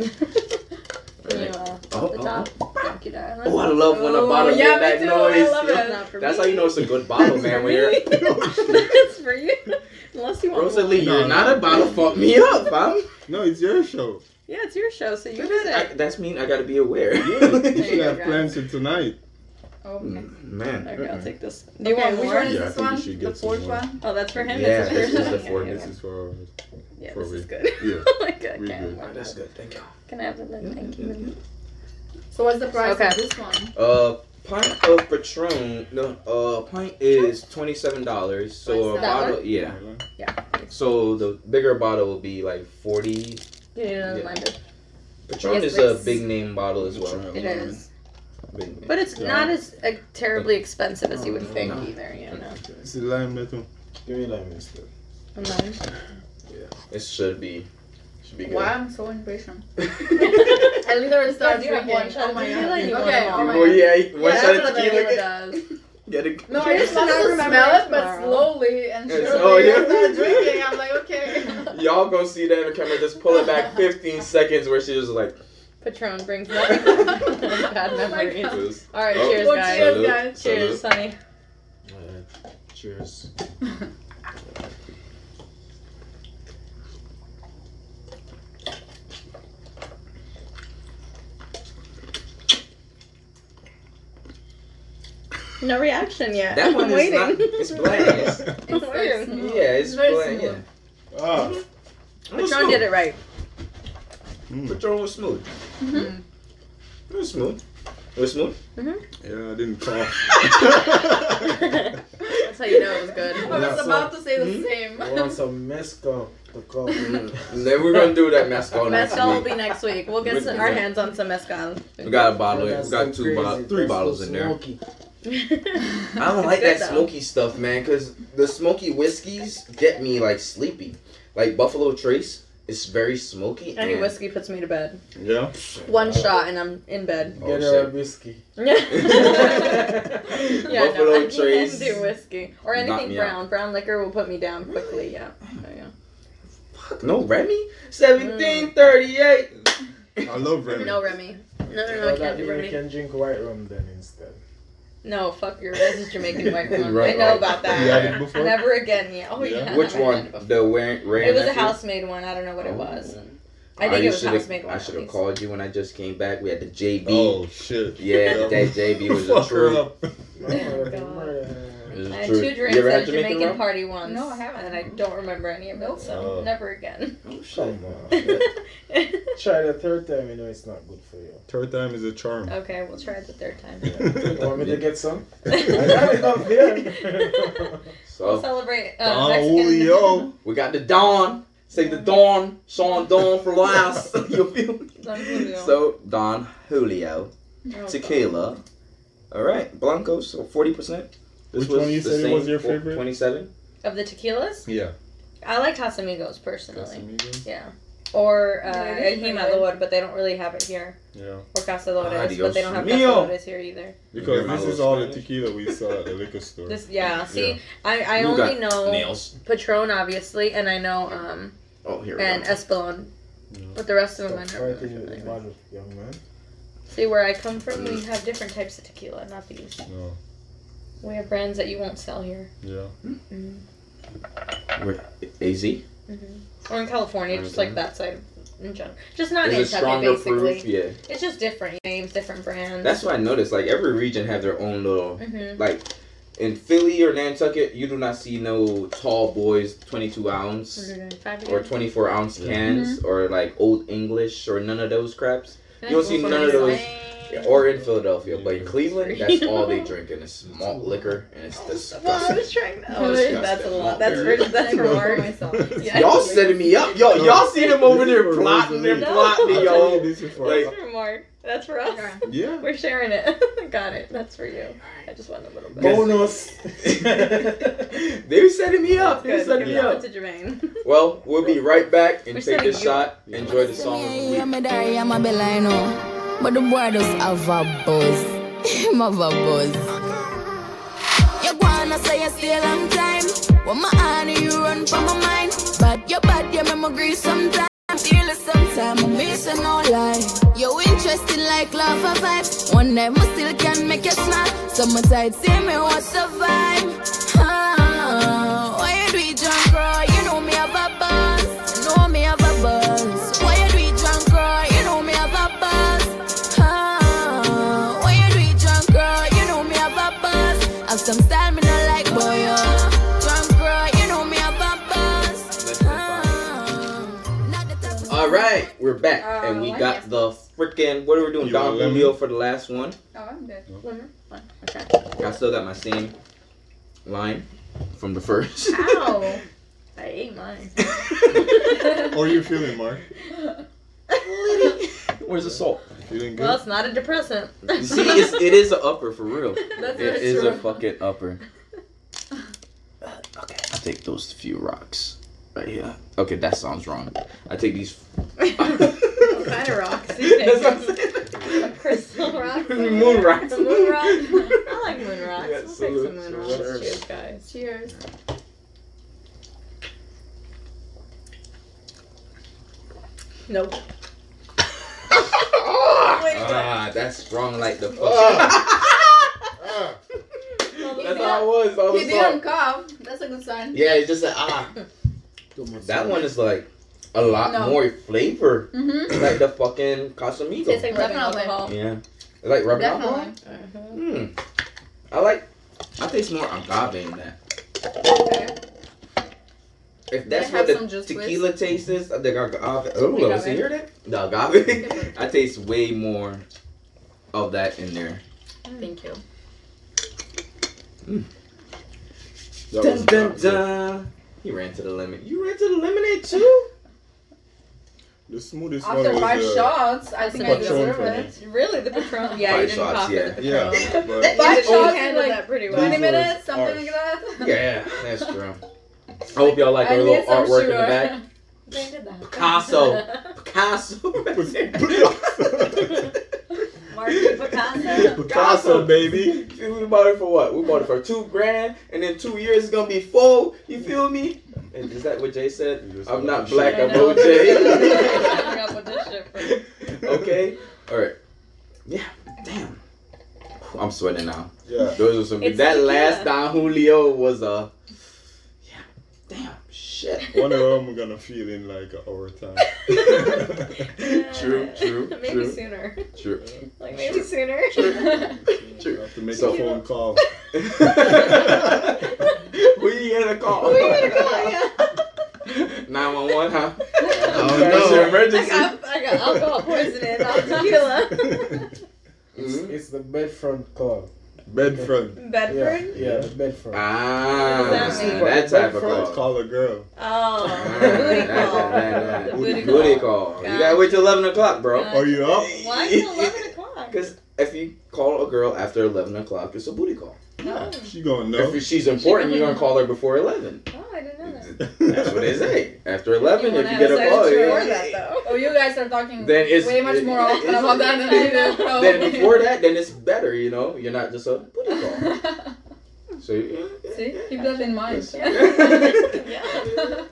[SPEAKER 2] All
[SPEAKER 3] Can you,
[SPEAKER 2] right.
[SPEAKER 3] uh, pop
[SPEAKER 2] Oh,
[SPEAKER 3] the
[SPEAKER 2] oh,
[SPEAKER 3] top? Thank you, darling.
[SPEAKER 2] Oh, I love when a
[SPEAKER 5] Oh,
[SPEAKER 2] bottle
[SPEAKER 5] yeah,
[SPEAKER 2] make that
[SPEAKER 5] me too.
[SPEAKER 2] noise.
[SPEAKER 5] I love
[SPEAKER 2] yo.
[SPEAKER 5] it.
[SPEAKER 3] That's not for
[SPEAKER 2] That's
[SPEAKER 3] me.
[SPEAKER 2] how you know it's a good bottle, man. When you're
[SPEAKER 3] That's for you. Unless you want
[SPEAKER 2] Rosalie,
[SPEAKER 4] No,
[SPEAKER 2] you're
[SPEAKER 4] no.
[SPEAKER 2] not about to fuck me up, fam.
[SPEAKER 4] No, it's your show.
[SPEAKER 3] Yeah, it's your show, so you
[SPEAKER 2] That
[SPEAKER 3] did
[SPEAKER 2] is- I-
[SPEAKER 3] it.
[SPEAKER 2] That's mean I gotta be aware.
[SPEAKER 4] You
[SPEAKER 3] There
[SPEAKER 4] should
[SPEAKER 3] you
[SPEAKER 4] have
[SPEAKER 3] go.
[SPEAKER 4] plans for tonight.
[SPEAKER 5] Oh, Okay.
[SPEAKER 2] Mm, Man.
[SPEAKER 3] Okay, I'll take this. Do
[SPEAKER 5] You
[SPEAKER 3] you
[SPEAKER 5] okay,
[SPEAKER 3] want
[SPEAKER 5] which
[SPEAKER 3] more?
[SPEAKER 5] one is
[SPEAKER 4] Yeah, I
[SPEAKER 5] this
[SPEAKER 4] think you
[SPEAKER 5] one?
[SPEAKER 4] should
[SPEAKER 5] The
[SPEAKER 4] get some
[SPEAKER 5] fourth
[SPEAKER 4] more.
[SPEAKER 5] one?
[SPEAKER 3] Oh, that's for him.
[SPEAKER 2] Yeah,
[SPEAKER 3] this is
[SPEAKER 2] this is the
[SPEAKER 3] for
[SPEAKER 2] fourth.
[SPEAKER 3] Yeah,
[SPEAKER 4] This
[SPEAKER 3] yeah.
[SPEAKER 4] is for.
[SPEAKER 3] Yeah,
[SPEAKER 4] for
[SPEAKER 3] this is
[SPEAKER 4] me.
[SPEAKER 3] good.
[SPEAKER 4] Yeah,
[SPEAKER 3] oh my god,
[SPEAKER 4] we
[SPEAKER 3] can't
[SPEAKER 4] good.
[SPEAKER 3] wait.
[SPEAKER 2] Oh, that's good. Thank you.
[SPEAKER 3] Can I have the lid? Thank you.
[SPEAKER 5] So what's the price
[SPEAKER 3] Okay.
[SPEAKER 5] of this one?
[SPEAKER 2] Uh, pint of Patron. No, uh, pint is twenty seven dollars. So a
[SPEAKER 5] That
[SPEAKER 2] bottle,
[SPEAKER 3] one?
[SPEAKER 2] yeah. So the bigger bottle will be like forty.
[SPEAKER 3] You need another
[SPEAKER 2] Yeah.
[SPEAKER 3] lime?
[SPEAKER 2] Patron
[SPEAKER 3] Yes,
[SPEAKER 2] is
[SPEAKER 3] please.
[SPEAKER 2] a big name bottle as well.
[SPEAKER 4] Patron.
[SPEAKER 3] It is.
[SPEAKER 2] Big name.
[SPEAKER 3] But it's
[SPEAKER 4] Yeah.
[SPEAKER 3] not as uh, terribly expensive as you would think
[SPEAKER 2] No.
[SPEAKER 3] either, you know.
[SPEAKER 4] It's the lime metal.
[SPEAKER 1] Give me that instead.
[SPEAKER 3] And then-
[SPEAKER 2] It should be. Should be good.
[SPEAKER 5] Wow, I'm so impatient.
[SPEAKER 3] I
[SPEAKER 5] I literally
[SPEAKER 3] started
[SPEAKER 5] started
[SPEAKER 3] drinking.
[SPEAKER 5] drinking.
[SPEAKER 3] Oh my God.
[SPEAKER 5] Okay,
[SPEAKER 3] Oh
[SPEAKER 5] oh my
[SPEAKER 2] Oh
[SPEAKER 5] God.
[SPEAKER 2] yeah, one
[SPEAKER 5] Yeah,
[SPEAKER 2] shot
[SPEAKER 5] that's
[SPEAKER 2] of
[SPEAKER 5] what I
[SPEAKER 2] tequila.
[SPEAKER 5] do.
[SPEAKER 2] Get, get a,
[SPEAKER 5] No, I
[SPEAKER 3] Cheers
[SPEAKER 5] just
[SPEAKER 3] to
[SPEAKER 5] wanted
[SPEAKER 3] not
[SPEAKER 5] to
[SPEAKER 3] remembering
[SPEAKER 5] smell it, but
[SPEAKER 3] tomorrow.
[SPEAKER 5] slowly and
[SPEAKER 2] Yes.
[SPEAKER 5] surely.
[SPEAKER 2] Oh, yeah.
[SPEAKER 5] I started drinking. I'm like, okay.
[SPEAKER 2] Y'all gonna see that in the camera. Just pull it back 15 seconds where she was like,
[SPEAKER 3] Patron brings nothing but bad
[SPEAKER 5] Oh my
[SPEAKER 3] memories.
[SPEAKER 5] God.
[SPEAKER 2] this.
[SPEAKER 3] All right,
[SPEAKER 2] Oh.
[SPEAKER 3] cheers,
[SPEAKER 5] Well,
[SPEAKER 3] guys. Cheers,
[SPEAKER 5] cheers, guys.
[SPEAKER 3] honey.
[SPEAKER 1] cheers.
[SPEAKER 3] No reaction yet.
[SPEAKER 2] That one
[SPEAKER 3] I'm
[SPEAKER 2] is
[SPEAKER 3] waiting.
[SPEAKER 2] not. It's bland.
[SPEAKER 5] It's very
[SPEAKER 3] Weird.
[SPEAKER 5] smooth.
[SPEAKER 2] Yeah, it's
[SPEAKER 5] very
[SPEAKER 2] bland. Yeah.
[SPEAKER 5] smooth.
[SPEAKER 4] Ah.
[SPEAKER 3] Mm-hmm. Patron did it right.
[SPEAKER 4] Mm.
[SPEAKER 2] Patron was smooth.
[SPEAKER 5] Mhm.
[SPEAKER 2] It was smooth. It was smooth.
[SPEAKER 3] Mm-hmm.
[SPEAKER 4] Yeah, I didn't cough.
[SPEAKER 3] That's how you know it was
[SPEAKER 5] I
[SPEAKER 3] good.
[SPEAKER 5] was
[SPEAKER 1] Yeah, so-
[SPEAKER 5] about to say the
[SPEAKER 2] Hmm?
[SPEAKER 1] I
[SPEAKER 5] same.
[SPEAKER 1] want some mezcal to call
[SPEAKER 2] Mm.
[SPEAKER 1] me.
[SPEAKER 2] Then we're gonna do that mascot Oh, next
[SPEAKER 3] Mezcal will
[SPEAKER 2] week.
[SPEAKER 3] be next week. We'll get
[SPEAKER 2] With
[SPEAKER 3] some,
[SPEAKER 2] the-
[SPEAKER 3] our hands on some mezcal.
[SPEAKER 2] We got a bottle.
[SPEAKER 1] That's
[SPEAKER 2] We got
[SPEAKER 1] so
[SPEAKER 2] two
[SPEAKER 1] crazy.
[SPEAKER 2] bottles, three
[SPEAKER 1] That's
[SPEAKER 2] bottles
[SPEAKER 1] so
[SPEAKER 2] in there.
[SPEAKER 1] smoky.
[SPEAKER 2] I don't like that
[SPEAKER 3] good though.
[SPEAKER 2] smoky stuff, man, because the smoky whiskeys get me like sleepy. Like Buffalo Trace, it's very smoky.
[SPEAKER 3] Any
[SPEAKER 2] and-
[SPEAKER 3] whiskey puts me to bed.
[SPEAKER 4] Yeah.
[SPEAKER 3] One
[SPEAKER 1] Uh,
[SPEAKER 3] shot and I'm in bed.
[SPEAKER 2] Oh,
[SPEAKER 1] Get her a
[SPEAKER 2] shit.
[SPEAKER 1] whiskey.
[SPEAKER 3] Yeah,
[SPEAKER 2] Buffalo
[SPEAKER 3] no, I
[SPEAKER 2] Trace.
[SPEAKER 3] can't do whiskey or
[SPEAKER 2] Knock
[SPEAKER 3] anything
[SPEAKER 2] me out.
[SPEAKER 3] brown. Brown liquor will put me down quickly. Yeah. Oh, yeah.
[SPEAKER 2] Fuck, no Remy?
[SPEAKER 3] Mm.
[SPEAKER 2] 1738.
[SPEAKER 4] I love Remy.
[SPEAKER 3] No Remy. No, no, no,
[SPEAKER 1] So
[SPEAKER 3] I can't
[SPEAKER 1] Oh, that
[SPEAKER 3] do Oh,
[SPEAKER 1] you
[SPEAKER 3] Remy.
[SPEAKER 1] can drink white rum then instead.
[SPEAKER 3] No, fuck your. This is Jamaican white rum.
[SPEAKER 2] Right,
[SPEAKER 3] I know
[SPEAKER 2] right.
[SPEAKER 3] about
[SPEAKER 4] You had
[SPEAKER 3] that.
[SPEAKER 4] it before?
[SPEAKER 3] Never again. Yeah. Oh
[SPEAKER 4] Yeah.
[SPEAKER 3] yeah.
[SPEAKER 2] Which
[SPEAKER 3] I
[SPEAKER 2] one?
[SPEAKER 3] had it before.
[SPEAKER 2] The Ran Ran.
[SPEAKER 3] It was a
[SPEAKER 2] nephew?
[SPEAKER 3] housemaid one. I don't know what it
[SPEAKER 2] Oh.
[SPEAKER 3] was. I think
[SPEAKER 2] you
[SPEAKER 3] it was
[SPEAKER 2] should've-
[SPEAKER 3] housemaid one.
[SPEAKER 2] I
[SPEAKER 3] at
[SPEAKER 2] should have
[SPEAKER 3] least.
[SPEAKER 2] called you when I just came back. We had the JB.
[SPEAKER 4] Oh shit.
[SPEAKER 2] Yeah, that JB was a
[SPEAKER 4] Fuck her
[SPEAKER 2] true.
[SPEAKER 4] up.
[SPEAKER 2] It was
[SPEAKER 3] I had
[SPEAKER 2] true.
[SPEAKER 3] two drinks
[SPEAKER 2] You ever
[SPEAKER 3] at
[SPEAKER 2] had
[SPEAKER 3] a
[SPEAKER 2] Jamaican,
[SPEAKER 3] Jamaican
[SPEAKER 2] rum?
[SPEAKER 3] party once.
[SPEAKER 5] No, I haven't.
[SPEAKER 3] And I don't remember any of it, so
[SPEAKER 4] Oh.
[SPEAKER 3] never again.
[SPEAKER 2] Oh, shit.
[SPEAKER 1] Come on.
[SPEAKER 3] okay,
[SPEAKER 1] Try the third time, you know it's not good for you.
[SPEAKER 4] Third time is a charm.
[SPEAKER 3] we'll try it the third time.
[SPEAKER 1] You want
[SPEAKER 3] Oh.
[SPEAKER 1] me to get some? I got
[SPEAKER 4] Don
[SPEAKER 1] enough here.
[SPEAKER 3] We'll
[SPEAKER 2] So
[SPEAKER 3] celebrate uh,
[SPEAKER 2] Oh,
[SPEAKER 3] Mexican.
[SPEAKER 4] Julio.
[SPEAKER 2] we got the Don. Say the Don, Sean Don for last. you feel me?
[SPEAKER 3] Don Julio.
[SPEAKER 2] So Don Julio,
[SPEAKER 3] Oh, God.
[SPEAKER 2] tequila, All right, Blanco, so 40%.
[SPEAKER 4] Which one you
[SPEAKER 2] the
[SPEAKER 4] said it was
[SPEAKER 2] same,
[SPEAKER 4] your
[SPEAKER 2] four-
[SPEAKER 4] favorite?
[SPEAKER 2] 27.
[SPEAKER 3] Of the tequilas,
[SPEAKER 4] Yeah.
[SPEAKER 3] I like Casamigos personally.
[SPEAKER 4] Casamigos?
[SPEAKER 3] Yeah. Or uh,
[SPEAKER 5] Yeah, it
[SPEAKER 3] El
[SPEAKER 5] is pretty
[SPEAKER 3] Jimador, but they don't really have it here.
[SPEAKER 4] Yeah.
[SPEAKER 3] Or Cazadores, but
[SPEAKER 2] Adios
[SPEAKER 3] they don't have
[SPEAKER 2] mio.
[SPEAKER 3] Cazadores here either.
[SPEAKER 4] Because
[SPEAKER 2] my
[SPEAKER 4] this
[SPEAKER 2] little
[SPEAKER 4] is all the
[SPEAKER 2] Spanish?
[SPEAKER 4] tequila we saw at the liquor store.
[SPEAKER 3] This, yeah. See,
[SPEAKER 4] Yeah.
[SPEAKER 3] I, I
[SPEAKER 2] You
[SPEAKER 3] only
[SPEAKER 2] got
[SPEAKER 3] know
[SPEAKER 2] Nails.
[SPEAKER 3] Patron obviously, and I know um
[SPEAKER 2] Oh, here we
[SPEAKER 3] and
[SPEAKER 2] go.
[SPEAKER 3] Espelon,
[SPEAKER 4] Yeah.
[SPEAKER 3] but the rest of them I
[SPEAKER 1] Stop
[SPEAKER 3] don't really
[SPEAKER 1] fighting with
[SPEAKER 3] familiar
[SPEAKER 1] the
[SPEAKER 3] with.
[SPEAKER 1] bottle, young man.
[SPEAKER 3] See, where I come from, we have different types of tequila, not these.
[SPEAKER 4] No.
[SPEAKER 3] We have brands that you won't sell here.
[SPEAKER 4] Yeah.
[SPEAKER 3] Mm-hmm.
[SPEAKER 2] Wait, AZ? Is
[SPEAKER 3] Or in California, just like
[SPEAKER 2] Okay.
[SPEAKER 3] that side in general. Just not in
[SPEAKER 2] it
[SPEAKER 3] Tepe,
[SPEAKER 2] stronger
[SPEAKER 3] basically.
[SPEAKER 2] proof? Yeah.
[SPEAKER 3] It's just different names, different brands.
[SPEAKER 2] That's what I noticed. Like, every region have their own little
[SPEAKER 3] hmm
[SPEAKER 2] Like in Philly or Nantucket, you do not see no tall boys, 22 ounce
[SPEAKER 3] Mm-hmm.
[SPEAKER 2] or 24 ounce cans or like Old English or none of those craps.
[SPEAKER 3] Mm-hmm.
[SPEAKER 2] you don't see none of those. Or in Philadelphia, but in Cleveland, that's all they drink, and it's malt liquor, and it's
[SPEAKER 3] Well, I
[SPEAKER 2] disgusting.
[SPEAKER 3] was trying to.
[SPEAKER 2] Oh, disgusting.
[SPEAKER 3] that's a lot.
[SPEAKER 2] Not
[SPEAKER 3] That's
[SPEAKER 2] very-
[SPEAKER 3] for, that's for
[SPEAKER 5] No.
[SPEAKER 3] Mark. Yeah.
[SPEAKER 2] Y'all setting me up, yo. Y'all see them over there
[SPEAKER 4] No.
[SPEAKER 2] plotting and
[SPEAKER 3] No.
[SPEAKER 2] plotting, yo.
[SPEAKER 4] This is for-
[SPEAKER 2] Like-
[SPEAKER 3] That's for Mark. That's for us.
[SPEAKER 5] Okay.
[SPEAKER 4] yeah.
[SPEAKER 3] We're sharing it. Got it. That's for you. I just want a little bit.
[SPEAKER 1] Bonus.
[SPEAKER 2] they were setting me up. They were
[SPEAKER 3] Good.
[SPEAKER 2] setting
[SPEAKER 3] Give
[SPEAKER 2] me up.
[SPEAKER 3] that one to Jermaine.
[SPEAKER 2] Well, we'll be right back and
[SPEAKER 3] We're
[SPEAKER 2] take
[SPEAKER 3] setting
[SPEAKER 2] this
[SPEAKER 3] you
[SPEAKER 2] shot. Enjoy the song of the
[SPEAKER 6] Yeah,
[SPEAKER 2] week.
[SPEAKER 6] I'm a diary, I'm a bella, I know. But the boy does have a buzz. Him have a buzz. You wanna say you stay a long time. When my honey, you run from my mind. But your bad, your memory sometimes. Fearless sometimes, I'm missing no lie. You're interesting like love a vibe. One night, I still can make you smile. Summertime, see me, what's the vibe? Ah, why you do it, drunk girl? You know me have a buzz. You know me have a buzz. Why you do it, drunk girl? You know me have a buzz. Ah, why you do it, drunk girl? You know me have a buzz. Have some style, me not like boy. yeah. Drunk girl, you know me have a buzz. Ah, not the type of-
[SPEAKER 2] All right, we're back,
[SPEAKER 5] Uh,
[SPEAKER 2] and we
[SPEAKER 5] why
[SPEAKER 2] got
[SPEAKER 5] yes.
[SPEAKER 2] the freaking what are we doing?
[SPEAKER 4] You
[SPEAKER 2] Don
[SPEAKER 4] want lemon?
[SPEAKER 2] Julio for the last one.
[SPEAKER 5] Oh, I'm good.
[SPEAKER 3] Okay.
[SPEAKER 2] I still got my same line from the first.
[SPEAKER 3] Ow. I ate mine.
[SPEAKER 4] How are you feeling, Mark?
[SPEAKER 2] Where's the salt?
[SPEAKER 4] Feeling good?
[SPEAKER 3] well, it's not a depressant.
[SPEAKER 2] You see, it's, it is an upper for real.
[SPEAKER 3] That's
[SPEAKER 2] It
[SPEAKER 3] what it's
[SPEAKER 2] is a
[SPEAKER 3] from.
[SPEAKER 2] fucking upper. Okay, I take those few rocks right here. Okay, that sounds wrong. I take these.
[SPEAKER 3] What kind of rocks? you
[SPEAKER 2] That's what I'm
[SPEAKER 3] think?
[SPEAKER 2] saying.
[SPEAKER 3] Crystal rocks.
[SPEAKER 2] Moon rocks.
[SPEAKER 3] Moon rock. I like moon rocks.
[SPEAKER 2] Yeah,
[SPEAKER 3] we'll take
[SPEAKER 2] salute,
[SPEAKER 3] some moon
[SPEAKER 2] salute.
[SPEAKER 3] rocks. Cheers, guys.
[SPEAKER 5] Cheers.
[SPEAKER 3] Nope.
[SPEAKER 2] ah, that's strong like the fuck. That's how I was. All
[SPEAKER 5] He
[SPEAKER 2] the salt.
[SPEAKER 5] didn't cough. That's a good sign.
[SPEAKER 2] Yeah, it's just like ah. That one is like a lot
[SPEAKER 5] No.
[SPEAKER 2] more flavor,
[SPEAKER 5] Mm-hmm.
[SPEAKER 2] like the fucking Casamigo.
[SPEAKER 3] Tastes like rubbing
[SPEAKER 5] Definitely.
[SPEAKER 3] alcohol.
[SPEAKER 2] yeah, it's like rubbing alcohol.
[SPEAKER 5] Definitely.
[SPEAKER 3] Mhm.
[SPEAKER 2] Hmm. I like. I taste more agave in that.
[SPEAKER 5] Okay.
[SPEAKER 2] If
[SPEAKER 5] They
[SPEAKER 2] that's what
[SPEAKER 5] have
[SPEAKER 2] the
[SPEAKER 5] some juice
[SPEAKER 2] tequila tastes is, I think agave. Oh,
[SPEAKER 5] Agave.
[SPEAKER 2] you hear that? The agave. I taste way more of that in there.
[SPEAKER 5] Mm.
[SPEAKER 3] Thank you. uh,
[SPEAKER 4] That
[SPEAKER 2] Dun,
[SPEAKER 4] was
[SPEAKER 2] dun,
[SPEAKER 4] not good.
[SPEAKER 2] dun. He ran to the lemon. You ran to the lemonade too.
[SPEAKER 4] The smoothest one
[SPEAKER 5] After five
[SPEAKER 4] was uh,
[SPEAKER 5] shots, I think I
[SPEAKER 4] Patron
[SPEAKER 5] deserve
[SPEAKER 4] for me.
[SPEAKER 5] it.
[SPEAKER 3] Really, the Patron? Yeah,
[SPEAKER 2] Five
[SPEAKER 3] you didn't
[SPEAKER 2] shots,
[SPEAKER 3] cough
[SPEAKER 2] yeah.
[SPEAKER 3] at the
[SPEAKER 4] Yeah,
[SPEAKER 3] Patron.
[SPEAKER 4] but
[SPEAKER 5] Five
[SPEAKER 3] You
[SPEAKER 5] shots
[SPEAKER 3] handled
[SPEAKER 5] is
[SPEAKER 3] that pretty
[SPEAKER 4] These
[SPEAKER 3] well.
[SPEAKER 5] 20
[SPEAKER 4] was
[SPEAKER 5] minutes, something
[SPEAKER 4] harsh.
[SPEAKER 5] like that.
[SPEAKER 2] Yeah, that's true. I hope y'all like
[SPEAKER 5] I
[SPEAKER 2] our
[SPEAKER 5] need
[SPEAKER 2] little
[SPEAKER 5] some
[SPEAKER 2] artwork in the
[SPEAKER 5] sugar.
[SPEAKER 2] back.
[SPEAKER 3] They did that.
[SPEAKER 2] Picasso. Picasso.
[SPEAKER 3] Mark Picasso.
[SPEAKER 4] Picasso, baby.
[SPEAKER 2] we bought it for what? We bought it for two grand, and in two years it's gonna be four. You feel me? And Is that what Jay said?
[SPEAKER 4] You just
[SPEAKER 2] I'm not
[SPEAKER 4] love the
[SPEAKER 2] black.
[SPEAKER 4] shit.
[SPEAKER 2] I'm
[SPEAKER 3] I
[SPEAKER 2] OJ.
[SPEAKER 3] know. Coming up with this shit for-
[SPEAKER 2] okay. All right. Yeah. Damn. I'm sweating now.
[SPEAKER 4] Yeah.
[SPEAKER 2] Those are some.
[SPEAKER 3] It's
[SPEAKER 2] that
[SPEAKER 3] tequila.
[SPEAKER 2] last Don Julio was a. Yeah. Damn. Shit.
[SPEAKER 4] One of them we're gonna feel in like an hour time.
[SPEAKER 2] True, true,
[SPEAKER 3] Maybe
[SPEAKER 2] true.
[SPEAKER 3] sooner.
[SPEAKER 2] True.
[SPEAKER 3] Like maybe sooner.
[SPEAKER 4] You have to make
[SPEAKER 2] So-
[SPEAKER 4] a phone call.
[SPEAKER 2] we get a call.
[SPEAKER 3] we gotta call. Yeah.
[SPEAKER 2] 911, huh?
[SPEAKER 4] Oh,
[SPEAKER 2] Sorry, it's
[SPEAKER 4] no.
[SPEAKER 2] an
[SPEAKER 3] I
[SPEAKER 2] emergency.
[SPEAKER 3] got, I got alcohol poisoning. I'll tequila.
[SPEAKER 1] It's,
[SPEAKER 2] Mhm.
[SPEAKER 1] it's the Bedfront Club.
[SPEAKER 4] Bedfront.
[SPEAKER 1] Yeah,
[SPEAKER 3] Bedford.
[SPEAKER 1] yeah, the Bedfront.
[SPEAKER 2] Ah,
[SPEAKER 3] What does that mean?
[SPEAKER 2] that type of
[SPEAKER 4] Bedfront.
[SPEAKER 2] call.
[SPEAKER 4] Call a girl.
[SPEAKER 3] Oh,
[SPEAKER 2] Ah,
[SPEAKER 3] the booty
[SPEAKER 2] that-
[SPEAKER 3] call.
[SPEAKER 2] that- that-
[SPEAKER 3] The
[SPEAKER 2] that.
[SPEAKER 3] booty
[SPEAKER 2] Booty
[SPEAKER 3] call.
[SPEAKER 2] call. You
[SPEAKER 3] Yeah.
[SPEAKER 2] gotta wait till 11 o'clock, bro.
[SPEAKER 3] Yeah.
[SPEAKER 4] Are you up?
[SPEAKER 3] Why is it eleven o'clock?
[SPEAKER 2] Because if you call a girl after 11 o'clock, it's a booty call.
[SPEAKER 3] Oh,
[SPEAKER 4] She gonna know.
[SPEAKER 2] If she's important, you're going to call her before 11.
[SPEAKER 3] oh, I didn't know that.
[SPEAKER 2] That's what they say. After 11,
[SPEAKER 3] You
[SPEAKER 2] if you
[SPEAKER 3] wanna
[SPEAKER 2] get
[SPEAKER 3] have
[SPEAKER 2] a call,
[SPEAKER 3] sex
[SPEAKER 2] yeah,
[SPEAKER 3] before
[SPEAKER 2] yeah,
[SPEAKER 3] that,
[SPEAKER 2] yeah.
[SPEAKER 3] though.
[SPEAKER 5] Oh, you guys are talking
[SPEAKER 2] then it's
[SPEAKER 5] way much
[SPEAKER 2] it-
[SPEAKER 5] more
[SPEAKER 2] it-
[SPEAKER 5] often
[SPEAKER 2] it's-
[SPEAKER 5] about that than I do.
[SPEAKER 2] Then
[SPEAKER 5] probably.
[SPEAKER 2] before that, then it's better, you know? You're not just a booty call. So, yeah, yeah,
[SPEAKER 5] See,
[SPEAKER 2] yeah.
[SPEAKER 5] keep that in mind.
[SPEAKER 2] Yes.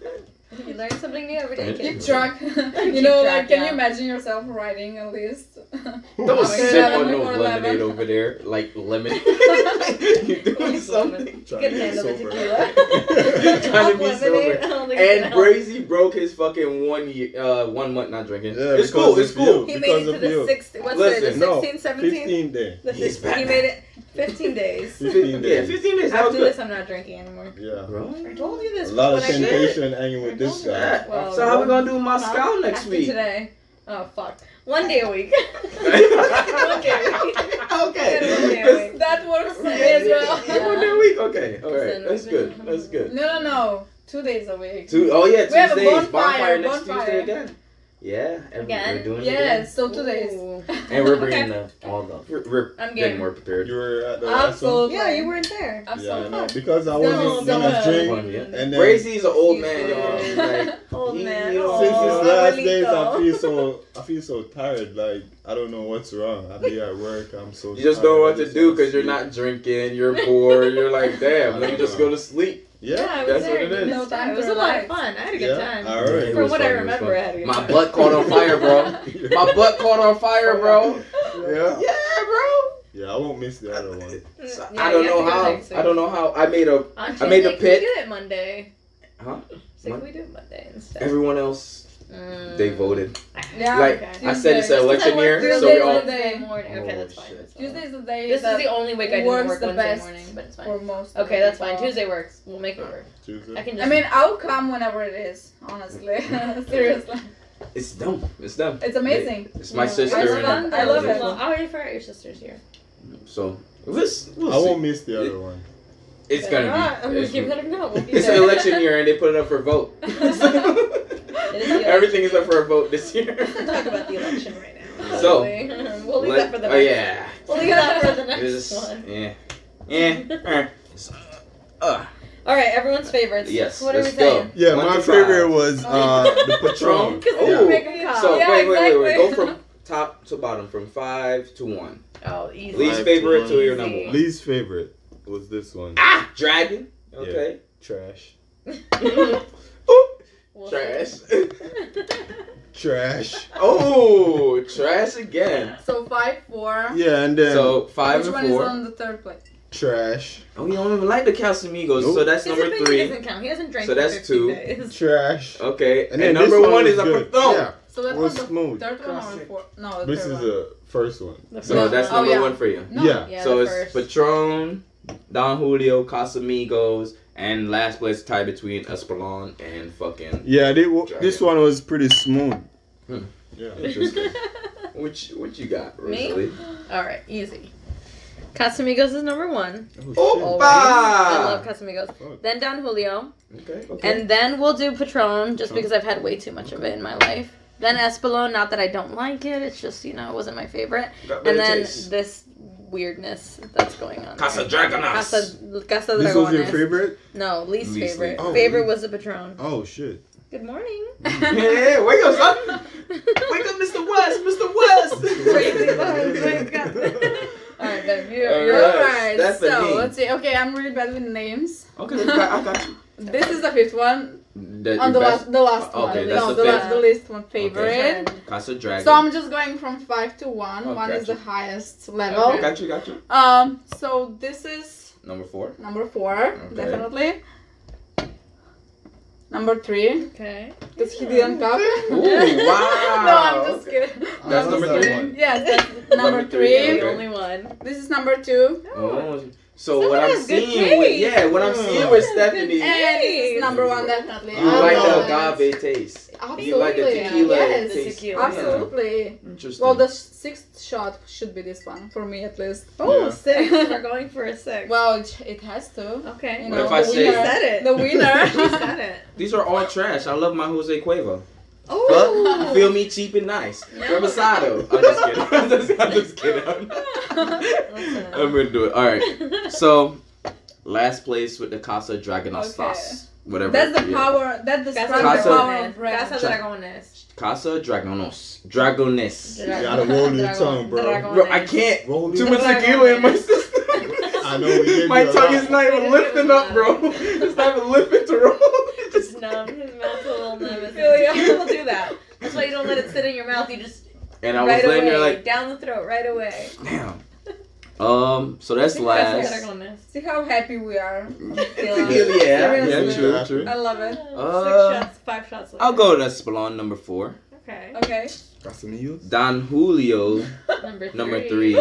[SPEAKER 3] You learn something new every day.
[SPEAKER 2] Thank
[SPEAKER 3] kid.
[SPEAKER 5] Keep track. you
[SPEAKER 3] Keep
[SPEAKER 5] know,
[SPEAKER 3] track,
[SPEAKER 5] like, can
[SPEAKER 3] yeah.
[SPEAKER 5] you imagine yourself writing a list?
[SPEAKER 2] Don't
[SPEAKER 5] Okay.
[SPEAKER 2] sip on no
[SPEAKER 5] Before
[SPEAKER 2] lemonade
[SPEAKER 5] 11.
[SPEAKER 2] over there, like lemon. you doing
[SPEAKER 3] Lemon.
[SPEAKER 2] something?
[SPEAKER 4] Trying
[SPEAKER 3] Good
[SPEAKER 4] to be
[SPEAKER 3] handle the
[SPEAKER 4] sober.
[SPEAKER 3] tequila.
[SPEAKER 2] Trying to be
[SPEAKER 3] Lemonade,
[SPEAKER 2] sober.
[SPEAKER 3] I don't think I
[SPEAKER 2] And
[SPEAKER 3] can
[SPEAKER 2] Brazy broke his fucking one year, uh, one month not drinking.
[SPEAKER 4] Yeah,
[SPEAKER 2] it's
[SPEAKER 4] because
[SPEAKER 2] cool.
[SPEAKER 4] of
[SPEAKER 2] It's cool.
[SPEAKER 3] help. He
[SPEAKER 4] because
[SPEAKER 3] made it to
[SPEAKER 4] of
[SPEAKER 3] the
[SPEAKER 4] you.
[SPEAKER 3] sixth. What's it?
[SPEAKER 2] Listen,
[SPEAKER 3] The
[SPEAKER 4] no,
[SPEAKER 3] 16, 17?
[SPEAKER 4] 15 day.
[SPEAKER 3] The
[SPEAKER 2] He's
[SPEAKER 3] 15 he
[SPEAKER 2] back.
[SPEAKER 3] made it 15 days.
[SPEAKER 4] 15
[SPEAKER 2] yeah,
[SPEAKER 4] days.
[SPEAKER 2] 15 days. That was
[SPEAKER 3] After
[SPEAKER 2] good.
[SPEAKER 3] this, I'm not drinking anymore.
[SPEAKER 4] Yeah.
[SPEAKER 3] I
[SPEAKER 2] Right?
[SPEAKER 3] told you
[SPEAKER 4] A
[SPEAKER 3] this.
[SPEAKER 4] lot of
[SPEAKER 3] when I-
[SPEAKER 2] shit.
[SPEAKER 4] temptation hanging with this guy.
[SPEAKER 2] Yeah.
[SPEAKER 5] Well,
[SPEAKER 2] so how we gonna do Moscow
[SPEAKER 5] Huh?
[SPEAKER 2] next
[SPEAKER 5] After
[SPEAKER 2] week?
[SPEAKER 5] today. Oh fuck.
[SPEAKER 3] One day a week.
[SPEAKER 2] okay. Let's-
[SPEAKER 5] That works for
[SPEAKER 2] Yeah,
[SPEAKER 5] me as well.
[SPEAKER 2] yeah, One day a week. Okay. All right.
[SPEAKER 3] Listen,
[SPEAKER 2] That's
[SPEAKER 3] listen.
[SPEAKER 2] good. That's good.
[SPEAKER 5] No, no, no. Two days a week.
[SPEAKER 2] Two, oh yeah,
[SPEAKER 5] We have a
[SPEAKER 2] Tuesdays. Bonfire,
[SPEAKER 5] bonfire,
[SPEAKER 2] next Tuesday
[SPEAKER 5] bonfire.
[SPEAKER 2] again. Yeah, every, we're
[SPEAKER 3] Again?
[SPEAKER 2] doing it
[SPEAKER 5] Yeah,
[SPEAKER 2] again.
[SPEAKER 5] so two days.
[SPEAKER 3] Ooh.
[SPEAKER 2] And we're
[SPEAKER 3] Okay.
[SPEAKER 2] bringing the all the we're, we're
[SPEAKER 3] I'm
[SPEAKER 2] getting
[SPEAKER 3] game.
[SPEAKER 2] more prepared.
[SPEAKER 4] You were at the last one?
[SPEAKER 5] Absolutely.
[SPEAKER 3] Yeah, you weren't there.
[SPEAKER 4] Yeah, I
[SPEAKER 5] Absolutely.
[SPEAKER 4] know. Because I
[SPEAKER 5] No,
[SPEAKER 4] wasn't gonna
[SPEAKER 5] no.
[SPEAKER 4] drink.
[SPEAKER 2] Fun, yeah.
[SPEAKER 4] And then
[SPEAKER 2] Brazy's an old man, y'all.
[SPEAKER 3] Yeah.
[SPEAKER 2] Like,
[SPEAKER 3] Old
[SPEAKER 2] He-
[SPEAKER 3] man. oh.
[SPEAKER 2] he-
[SPEAKER 3] Aw,
[SPEAKER 4] since his last days, I
[SPEAKER 3] Abuelito.
[SPEAKER 4] feel so I feel so tired. Like I don't know what's wrong. I be at work. I'm so.
[SPEAKER 2] You just
[SPEAKER 4] tired.
[SPEAKER 2] don't know
[SPEAKER 4] I
[SPEAKER 2] what to
[SPEAKER 4] just
[SPEAKER 2] do
[SPEAKER 4] wanna
[SPEAKER 2] because you're
[SPEAKER 4] sleep.
[SPEAKER 2] not drinking, you're bored, you're like, damn, let me just go to sleep.
[SPEAKER 4] Yeah.
[SPEAKER 3] I was
[SPEAKER 2] that's
[SPEAKER 3] there.
[SPEAKER 2] what it is.
[SPEAKER 3] No time. It was
[SPEAKER 5] for
[SPEAKER 3] a lot
[SPEAKER 5] life.
[SPEAKER 3] of fun. I had a
[SPEAKER 4] yeah.
[SPEAKER 3] good time.
[SPEAKER 4] All
[SPEAKER 2] It
[SPEAKER 4] right.
[SPEAKER 3] From
[SPEAKER 2] was
[SPEAKER 3] what
[SPEAKER 2] fun,
[SPEAKER 3] I
[SPEAKER 2] it was
[SPEAKER 3] remember,
[SPEAKER 2] fun.
[SPEAKER 3] I had a good
[SPEAKER 2] My
[SPEAKER 3] time.
[SPEAKER 2] butt caught on fire, bro. My butt caught on fire, bro.
[SPEAKER 4] Yeah.
[SPEAKER 2] Yeah, bro.
[SPEAKER 4] Yeah. I won't miss the other one.
[SPEAKER 2] So,
[SPEAKER 3] Mm, Yeah,
[SPEAKER 2] I don't
[SPEAKER 3] you
[SPEAKER 2] know
[SPEAKER 3] have to go
[SPEAKER 2] how.
[SPEAKER 3] next week.
[SPEAKER 2] I don't know how. I made a.
[SPEAKER 3] On Tuesday,
[SPEAKER 2] I made a
[SPEAKER 3] Can
[SPEAKER 2] pick.
[SPEAKER 3] we do it Monday?
[SPEAKER 2] Huh?
[SPEAKER 3] So can we do it Monday Mm. instead?
[SPEAKER 2] Everyone else, they voted.
[SPEAKER 5] Yeah.
[SPEAKER 2] Like I said, it's an
[SPEAKER 5] Tuesday.
[SPEAKER 2] election
[SPEAKER 3] Just 'cause I
[SPEAKER 2] year,
[SPEAKER 3] work
[SPEAKER 2] so we
[SPEAKER 5] Tuesday,
[SPEAKER 2] all.
[SPEAKER 5] Tuesday.
[SPEAKER 3] morning. Okay,
[SPEAKER 2] Oh,
[SPEAKER 3] that's fine.
[SPEAKER 2] shit.
[SPEAKER 3] that's fine.
[SPEAKER 5] Tuesday is the day
[SPEAKER 3] This is
[SPEAKER 5] that
[SPEAKER 3] the only week I didn't
[SPEAKER 5] works
[SPEAKER 3] work
[SPEAKER 5] the
[SPEAKER 3] Wednesday
[SPEAKER 5] best
[SPEAKER 3] morning, but it's
[SPEAKER 5] for
[SPEAKER 3] fine.
[SPEAKER 5] most. of
[SPEAKER 3] Okay,
[SPEAKER 5] the
[SPEAKER 3] that's fine.
[SPEAKER 5] people.
[SPEAKER 3] Tuesday works. We'll make it work. I
[SPEAKER 4] Tuesday.
[SPEAKER 3] can
[SPEAKER 5] I
[SPEAKER 3] just.
[SPEAKER 5] mean, I'll come whenever it is. Honestly, seriously,
[SPEAKER 2] It's dumb. It's dumb.
[SPEAKER 5] it's amazing.
[SPEAKER 2] It's my
[SPEAKER 3] Yeah.
[SPEAKER 2] sister.
[SPEAKER 5] I
[SPEAKER 2] and-
[SPEAKER 5] love- I love it.
[SPEAKER 3] Oh, you forgot your sister's here.
[SPEAKER 2] So this,
[SPEAKER 4] I
[SPEAKER 2] we'll see.
[SPEAKER 4] won't miss the other one.
[SPEAKER 2] It's gonna
[SPEAKER 3] Alright,
[SPEAKER 2] be.
[SPEAKER 3] I'm
[SPEAKER 2] it's
[SPEAKER 3] gonna keep
[SPEAKER 2] gonna-
[SPEAKER 3] letting her know. We'll be
[SPEAKER 2] It's
[SPEAKER 3] there.
[SPEAKER 2] an election year and they put it up for vote. Everything is up for a vote this year.
[SPEAKER 3] Talk about the election right now.
[SPEAKER 2] So,
[SPEAKER 3] we'll leave
[SPEAKER 2] Let-
[SPEAKER 3] that for the
[SPEAKER 2] oh
[SPEAKER 3] next.
[SPEAKER 2] yeah.
[SPEAKER 3] We'll leave that for the next
[SPEAKER 2] This is
[SPEAKER 3] one.
[SPEAKER 2] yeah, yeah. alright. So, uh,
[SPEAKER 3] All right, everyone's favorites.
[SPEAKER 2] yes.
[SPEAKER 3] What are
[SPEAKER 2] let's
[SPEAKER 3] we
[SPEAKER 2] go.
[SPEAKER 3] saying?
[SPEAKER 4] Yeah.
[SPEAKER 2] One
[SPEAKER 4] my
[SPEAKER 2] to
[SPEAKER 4] favorite
[SPEAKER 2] five.
[SPEAKER 4] was
[SPEAKER 5] uh,
[SPEAKER 4] uh, the
[SPEAKER 2] Patron.
[SPEAKER 4] Patron. Oh.
[SPEAKER 3] Because
[SPEAKER 4] Yeah.
[SPEAKER 3] we make them come.
[SPEAKER 2] So
[SPEAKER 5] Yeah,
[SPEAKER 2] wait, wait, wait, wait. Go
[SPEAKER 5] exactly.
[SPEAKER 2] from top to bottom, from five to one.
[SPEAKER 3] Oh, easy.
[SPEAKER 2] Least
[SPEAKER 4] Five to
[SPEAKER 2] favorite
[SPEAKER 4] one.
[SPEAKER 2] to, your number one.
[SPEAKER 4] Least favorite was this one.
[SPEAKER 2] Ah, dragon. Okay.
[SPEAKER 4] Trash.
[SPEAKER 2] Oop,
[SPEAKER 3] We'll
[SPEAKER 2] trash.
[SPEAKER 4] Trash.
[SPEAKER 2] oh, trash again.
[SPEAKER 5] So five, four.
[SPEAKER 4] Yeah, and then
[SPEAKER 2] So five
[SPEAKER 5] Which one
[SPEAKER 2] and
[SPEAKER 5] is
[SPEAKER 2] four.
[SPEAKER 5] on the third place?
[SPEAKER 4] trash.
[SPEAKER 2] Oh, we don't even like the Casamigos, so
[SPEAKER 4] Nope.
[SPEAKER 2] that's
[SPEAKER 3] His
[SPEAKER 2] number
[SPEAKER 3] opinion
[SPEAKER 2] three.
[SPEAKER 3] doesn't count. He hasn't drank
[SPEAKER 2] So
[SPEAKER 3] in
[SPEAKER 2] that's
[SPEAKER 3] 15
[SPEAKER 2] two.
[SPEAKER 3] Days.
[SPEAKER 4] Trash.
[SPEAKER 2] Okay, and,
[SPEAKER 4] then this
[SPEAKER 2] number one
[SPEAKER 4] was
[SPEAKER 2] is a
[SPEAKER 4] good.
[SPEAKER 2] Patron.
[SPEAKER 4] Yeah.
[SPEAKER 5] So that
[SPEAKER 4] Was
[SPEAKER 5] was the
[SPEAKER 4] smooth.
[SPEAKER 5] third one or the
[SPEAKER 2] Classic.
[SPEAKER 5] fourth? No, the
[SPEAKER 4] This
[SPEAKER 5] third
[SPEAKER 4] is
[SPEAKER 5] one.
[SPEAKER 4] the first one.
[SPEAKER 2] So
[SPEAKER 5] No.
[SPEAKER 2] that's
[SPEAKER 5] Oh,
[SPEAKER 2] number
[SPEAKER 5] yeah.
[SPEAKER 2] one for you.
[SPEAKER 5] No.
[SPEAKER 4] Yeah.
[SPEAKER 3] Yeah,
[SPEAKER 2] so
[SPEAKER 3] the
[SPEAKER 2] it's
[SPEAKER 3] first.
[SPEAKER 2] Patron, Don Julio, Casamigos, and last place tie between Espelon and fucking.
[SPEAKER 4] Yeah, they, w-
[SPEAKER 2] Dragon.
[SPEAKER 4] this one was pretty smooth.
[SPEAKER 2] Hmm.
[SPEAKER 4] Yeah.
[SPEAKER 2] Interesting. Which what you got,
[SPEAKER 3] Me?
[SPEAKER 2] Rosalie?
[SPEAKER 3] All right, easy. Casamigos is number one.
[SPEAKER 2] Oh,
[SPEAKER 3] Always.
[SPEAKER 2] Opa!
[SPEAKER 3] I love Casamigos.
[SPEAKER 4] Oh.
[SPEAKER 3] Then Don Julio,
[SPEAKER 2] Okay. okay.
[SPEAKER 3] and then we'll do Patron,
[SPEAKER 4] Oh.
[SPEAKER 3] just because I've had way too much of it in my life. Then Espelon, not that I don't like it, it's just you know it wasn't my favorite.
[SPEAKER 2] Got
[SPEAKER 3] And
[SPEAKER 2] better
[SPEAKER 3] then
[SPEAKER 2] taste.
[SPEAKER 3] this weirdness that's going on.
[SPEAKER 2] Casa
[SPEAKER 3] there.
[SPEAKER 2] Dragonas.
[SPEAKER 3] Casa, Casa
[SPEAKER 4] This was your
[SPEAKER 3] Dragones.
[SPEAKER 4] favorite?
[SPEAKER 3] No, least,
[SPEAKER 2] Least
[SPEAKER 3] favorite.
[SPEAKER 4] favorite. Oh,
[SPEAKER 3] favorite was
[SPEAKER 4] least-
[SPEAKER 3] the Patron.
[SPEAKER 4] Oh shit.
[SPEAKER 3] Good morning.
[SPEAKER 2] Hey, wake up, son! Wake up, Mr. West, Mr. West.
[SPEAKER 3] Crazy vibes, wake up.
[SPEAKER 5] Alright, then you
[SPEAKER 2] All
[SPEAKER 5] you're
[SPEAKER 2] right,
[SPEAKER 5] right.
[SPEAKER 2] Stephanie.
[SPEAKER 5] So let's see. Okay, I'm really bad with names.
[SPEAKER 2] okay, I got you.
[SPEAKER 5] This is the fifth one.
[SPEAKER 2] The,
[SPEAKER 5] On the
[SPEAKER 2] your best
[SPEAKER 5] last, the last
[SPEAKER 2] Okay,
[SPEAKER 5] one.
[SPEAKER 2] that's
[SPEAKER 5] no,
[SPEAKER 2] the
[SPEAKER 5] the, last,
[SPEAKER 3] fifth.
[SPEAKER 5] the least one favorite.
[SPEAKER 3] Friend.
[SPEAKER 2] Casa Dragon.
[SPEAKER 5] So I'm just going from five to one.
[SPEAKER 2] Oh,
[SPEAKER 5] One is
[SPEAKER 2] gotcha.
[SPEAKER 5] the highest level.
[SPEAKER 3] Okay.
[SPEAKER 2] Got you, got you.
[SPEAKER 5] Um. So this is
[SPEAKER 2] Number four.
[SPEAKER 5] number four,
[SPEAKER 2] Okay.
[SPEAKER 5] definitely. Number three,
[SPEAKER 3] Okay.
[SPEAKER 5] because he didn't cover.
[SPEAKER 2] Ooh, wow.
[SPEAKER 5] no, I'm just kidding.
[SPEAKER 2] That's
[SPEAKER 5] I'm
[SPEAKER 2] number
[SPEAKER 5] just
[SPEAKER 2] three.
[SPEAKER 5] kidding. Yes, that's number,
[SPEAKER 2] Number three,
[SPEAKER 5] three.
[SPEAKER 2] okay.
[SPEAKER 3] The only one.
[SPEAKER 5] This is number two,
[SPEAKER 2] Oh, so
[SPEAKER 3] Someone
[SPEAKER 2] what I'm
[SPEAKER 3] has good
[SPEAKER 2] seeing, with,
[SPEAKER 3] taste.
[SPEAKER 2] yeah, what I'm seeing
[SPEAKER 4] Yeah.
[SPEAKER 2] with
[SPEAKER 3] Someone has
[SPEAKER 2] Stephanie,
[SPEAKER 3] good
[SPEAKER 2] you
[SPEAKER 3] taste.
[SPEAKER 5] and this
[SPEAKER 3] Yes.
[SPEAKER 5] is number one definitely.
[SPEAKER 4] You
[SPEAKER 5] I
[SPEAKER 4] Oh,
[SPEAKER 2] like
[SPEAKER 5] love
[SPEAKER 2] the
[SPEAKER 5] it.
[SPEAKER 2] agave taste.
[SPEAKER 5] Absolutely.
[SPEAKER 2] You like the tequila
[SPEAKER 5] Yes.
[SPEAKER 2] taste.
[SPEAKER 3] Tequila.
[SPEAKER 5] Absolutely.
[SPEAKER 2] Interesting.
[SPEAKER 5] Well, the sh- sixth shot should be this one for me at least.
[SPEAKER 3] Oh,
[SPEAKER 4] Yeah.
[SPEAKER 3] six. We're going for a six.
[SPEAKER 5] Well, it, it has to.
[SPEAKER 3] okay.
[SPEAKER 5] You
[SPEAKER 2] What
[SPEAKER 5] know,
[SPEAKER 2] if I
[SPEAKER 5] the
[SPEAKER 2] say-
[SPEAKER 3] she
[SPEAKER 2] She
[SPEAKER 5] winner,
[SPEAKER 3] said it.
[SPEAKER 5] the winner.
[SPEAKER 3] she said it.
[SPEAKER 2] These are all trash. I love my Jose Cuervo.
[SPEAKER 3] Oh.
[SPEAKER 2] But you feel me? Cheap and nice. Reposado. I'm just kidding. I'm just, I'm just kidding. I'm,
[SPEAKER 3] Listen.
[SPEAKER 2] I'm gonna do it. All right. So, last place with the Casa Dragonostas. Whatever.
[SPEAKER 5] That's the
[SPEAKER 2] yeah.
[SPEAKER 5] power. That's the
[SPEAKER 3] That's
[SPEAKER 5] strong
[SPEAKER 2] how Casa-
[SPEAKER 5] power of
[SPEAKER 3] That's how
[SPEAKER 5] bread.
[SPEAKER 2] Check.
[SPEAKER 3] dragones.
[SPEAKER 2] Casa Dragonos. Dragones.
[SPEAKER 4] You gotta roll your tongue, bro.
[SPEAKER 2] Bro, I can't.
[SPEAKER 4] Roll
[SPEAKER 2] Too
[SPEAKER 4] it.
[SPEAKER 2] much tequila in my system.
[SPEAKER 4] I know we gave
[SPEAKER 2] My
[SPEAKER 4] you a
[SPEAKER 2] tongue
[SPEAKER 4] lot.
[SPEAKER 2] is not even lifting up, bro. It's not even lifting to roll. It's just-
[SPEAKER 7] numb. His mouth's a little numb.
[SPEAKER 3] I feel you. People do that. That's why you don't let it sit in your mouth. You just
[SPEAKER 2] And I was
[SPEAKER 3] right
[SPEAKER 2] laying
[SPEAKER 3] away,
[SPEAKER 2] there like,
[SPEAKER 3] down the throat, right away.
[SPEAKER 2] damn. Um. So that's
[SPEAKER 3] Casa
[SPEAKER 2] last.
[SPEAKER 3] Dragones.
[SPEAKER 5] See how happy we are.
[SPEAKER 2] yeah,
[SPEAKER 3] Tequila.
[SPEAKER 2] yeah, yeah,
[SPEAKER 4] Seriously.
[SPEAKER 2] true, true.
[SPEAKER 5] I love it.
[SPEAKER 2] Uh,
[SPEAKER 7] Six shots, five shots. Later.
[SPEAKER 2] I'll go to Espelon number four.
[SPEAKER 7] Okay.
[SPEAKER 5] Okay.
[SPEAKER 4] Casamigos.
[SPEAKER 2] Don Julio
[SPEAKER 3] Number three.
[SPEAKER 2] number three.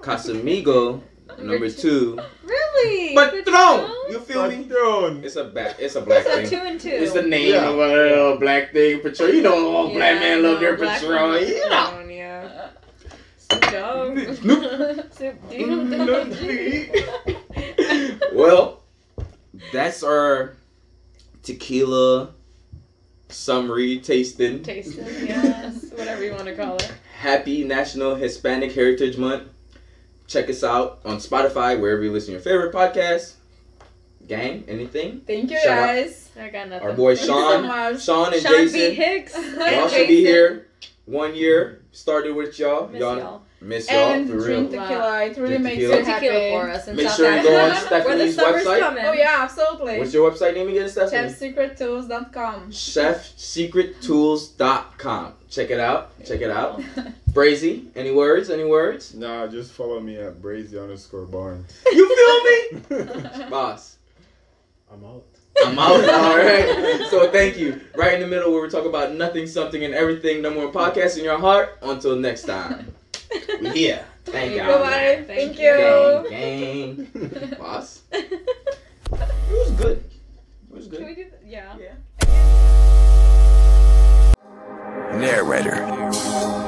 [SPEAKER 2] Casamigo number two.
[SPEAKER 3] Really?
[SPEAKER 2] Patron, you feel me?
[SPEAKER 4] Patron.
[SPEAKER 2] It's a black. It's a black
[SPEAKER 3] So two
[SPEAKER 2] thing.
[SPEAKER 3] and two.
[SPEAKER 2] It's the name
[SPEAKER 4] Yeah.
[SPEAKER 2] of a little black thing. Patron. You know, all black men love their Patron. You know.
[SPEAKER 7] Yeah. Snoop Dogg.
[SPEAKER 2] Nope.
[SPEAKER 7] Snoop
[SPEAKER 2] Mm, well, that's our tequila summary tasting.
[SPEAKER 7] Tasting, yes. Whatever you want to call it.
[SPEAKER 2] Happy National Hispanic Heritage Month. Check us out on Spotify, wherever you listen to your favorite podcast. Gang, anything?
[SPEAKER 5] Thank you
[SPEAKER 2] Shout out.
[SPEAKER 5] guys.
[SPEAKER 7] I got nothing.
[SPEAKER 2] Our boy
[SPEAKER 5] Thank you so
[SPEAKER 2] Sean,
[SPEAKER 5] much.
[SPEAKER 2] Sean and
[SPEAKER 3] Sean B.
[SPEAKER 2] Jason.
[SPEAKER 3] Hicks.
[SPEAKER 2] Y'all should be here. One year started with y'all.
[SPEAKER 7] Miss
[SPEAKER 2] y'all,
[SPEAKER 7] y'all.
[SPEAKER 2] miss y'all
[SPEAKER 5] and
[SPEAKER 2] for real.
[SPEAKER 5] drink tequila. It really
[SPEAKER 2] Drink
[SPEAKER 5] makes
[SPEAKER 2] tequila.
[SPEAKER 5] you
[SPEAKER 3] Drink
[SPEAKER 5] happy.
[SPEAKER 3] tequila for us in
[SPEAKER 2] Make
[SPEAKER 3] South
[SPEAKER 2] sure you go on
[SPEAKER 3] Africa, Where the
[SPEAKER 2] Stephanie's
[SPEAKER 3] summer's
[SPEAKER 2] website.
[SPEAKER 3] coming.
[SPEAKER 5] Oh yeah, absolutely.
[SPEAKER 2] What's your website name again, Stephanie?
[SPEAKER 5] ChefSecretTools.com.
[SPEAKER 2] ChefSecretTools.com. Check it out. Check it out. Brazy, any words? Any words?
[SPEAKER 4] Nah, just follow me at Brazy underscore Barnes.
[SPEAKER 2] You feel me? Boss.
[SPEAKER 1] I'm out.
[SPEAKER 2] I'm out. All right. So thank you. Right in the middle where we talk about nothing, something, and everything. Number one podcast in your heart. Until next time. We here. Thank y'all.
[SPEAKER 5] Bye.
[SPEAKER 2] man.
[SPEAKER 5] Thank,
[SPEAKER 7] Thank
[SPEAKER 5] you.
[SPEAKER 2] Gang, gang. Boss.
[SPEAKER 3] Can
[SPEAKER 2] It was good. It was good.
[SPEAKER 3] we do that? Yeah.
[SPEAKER 8] Narrator.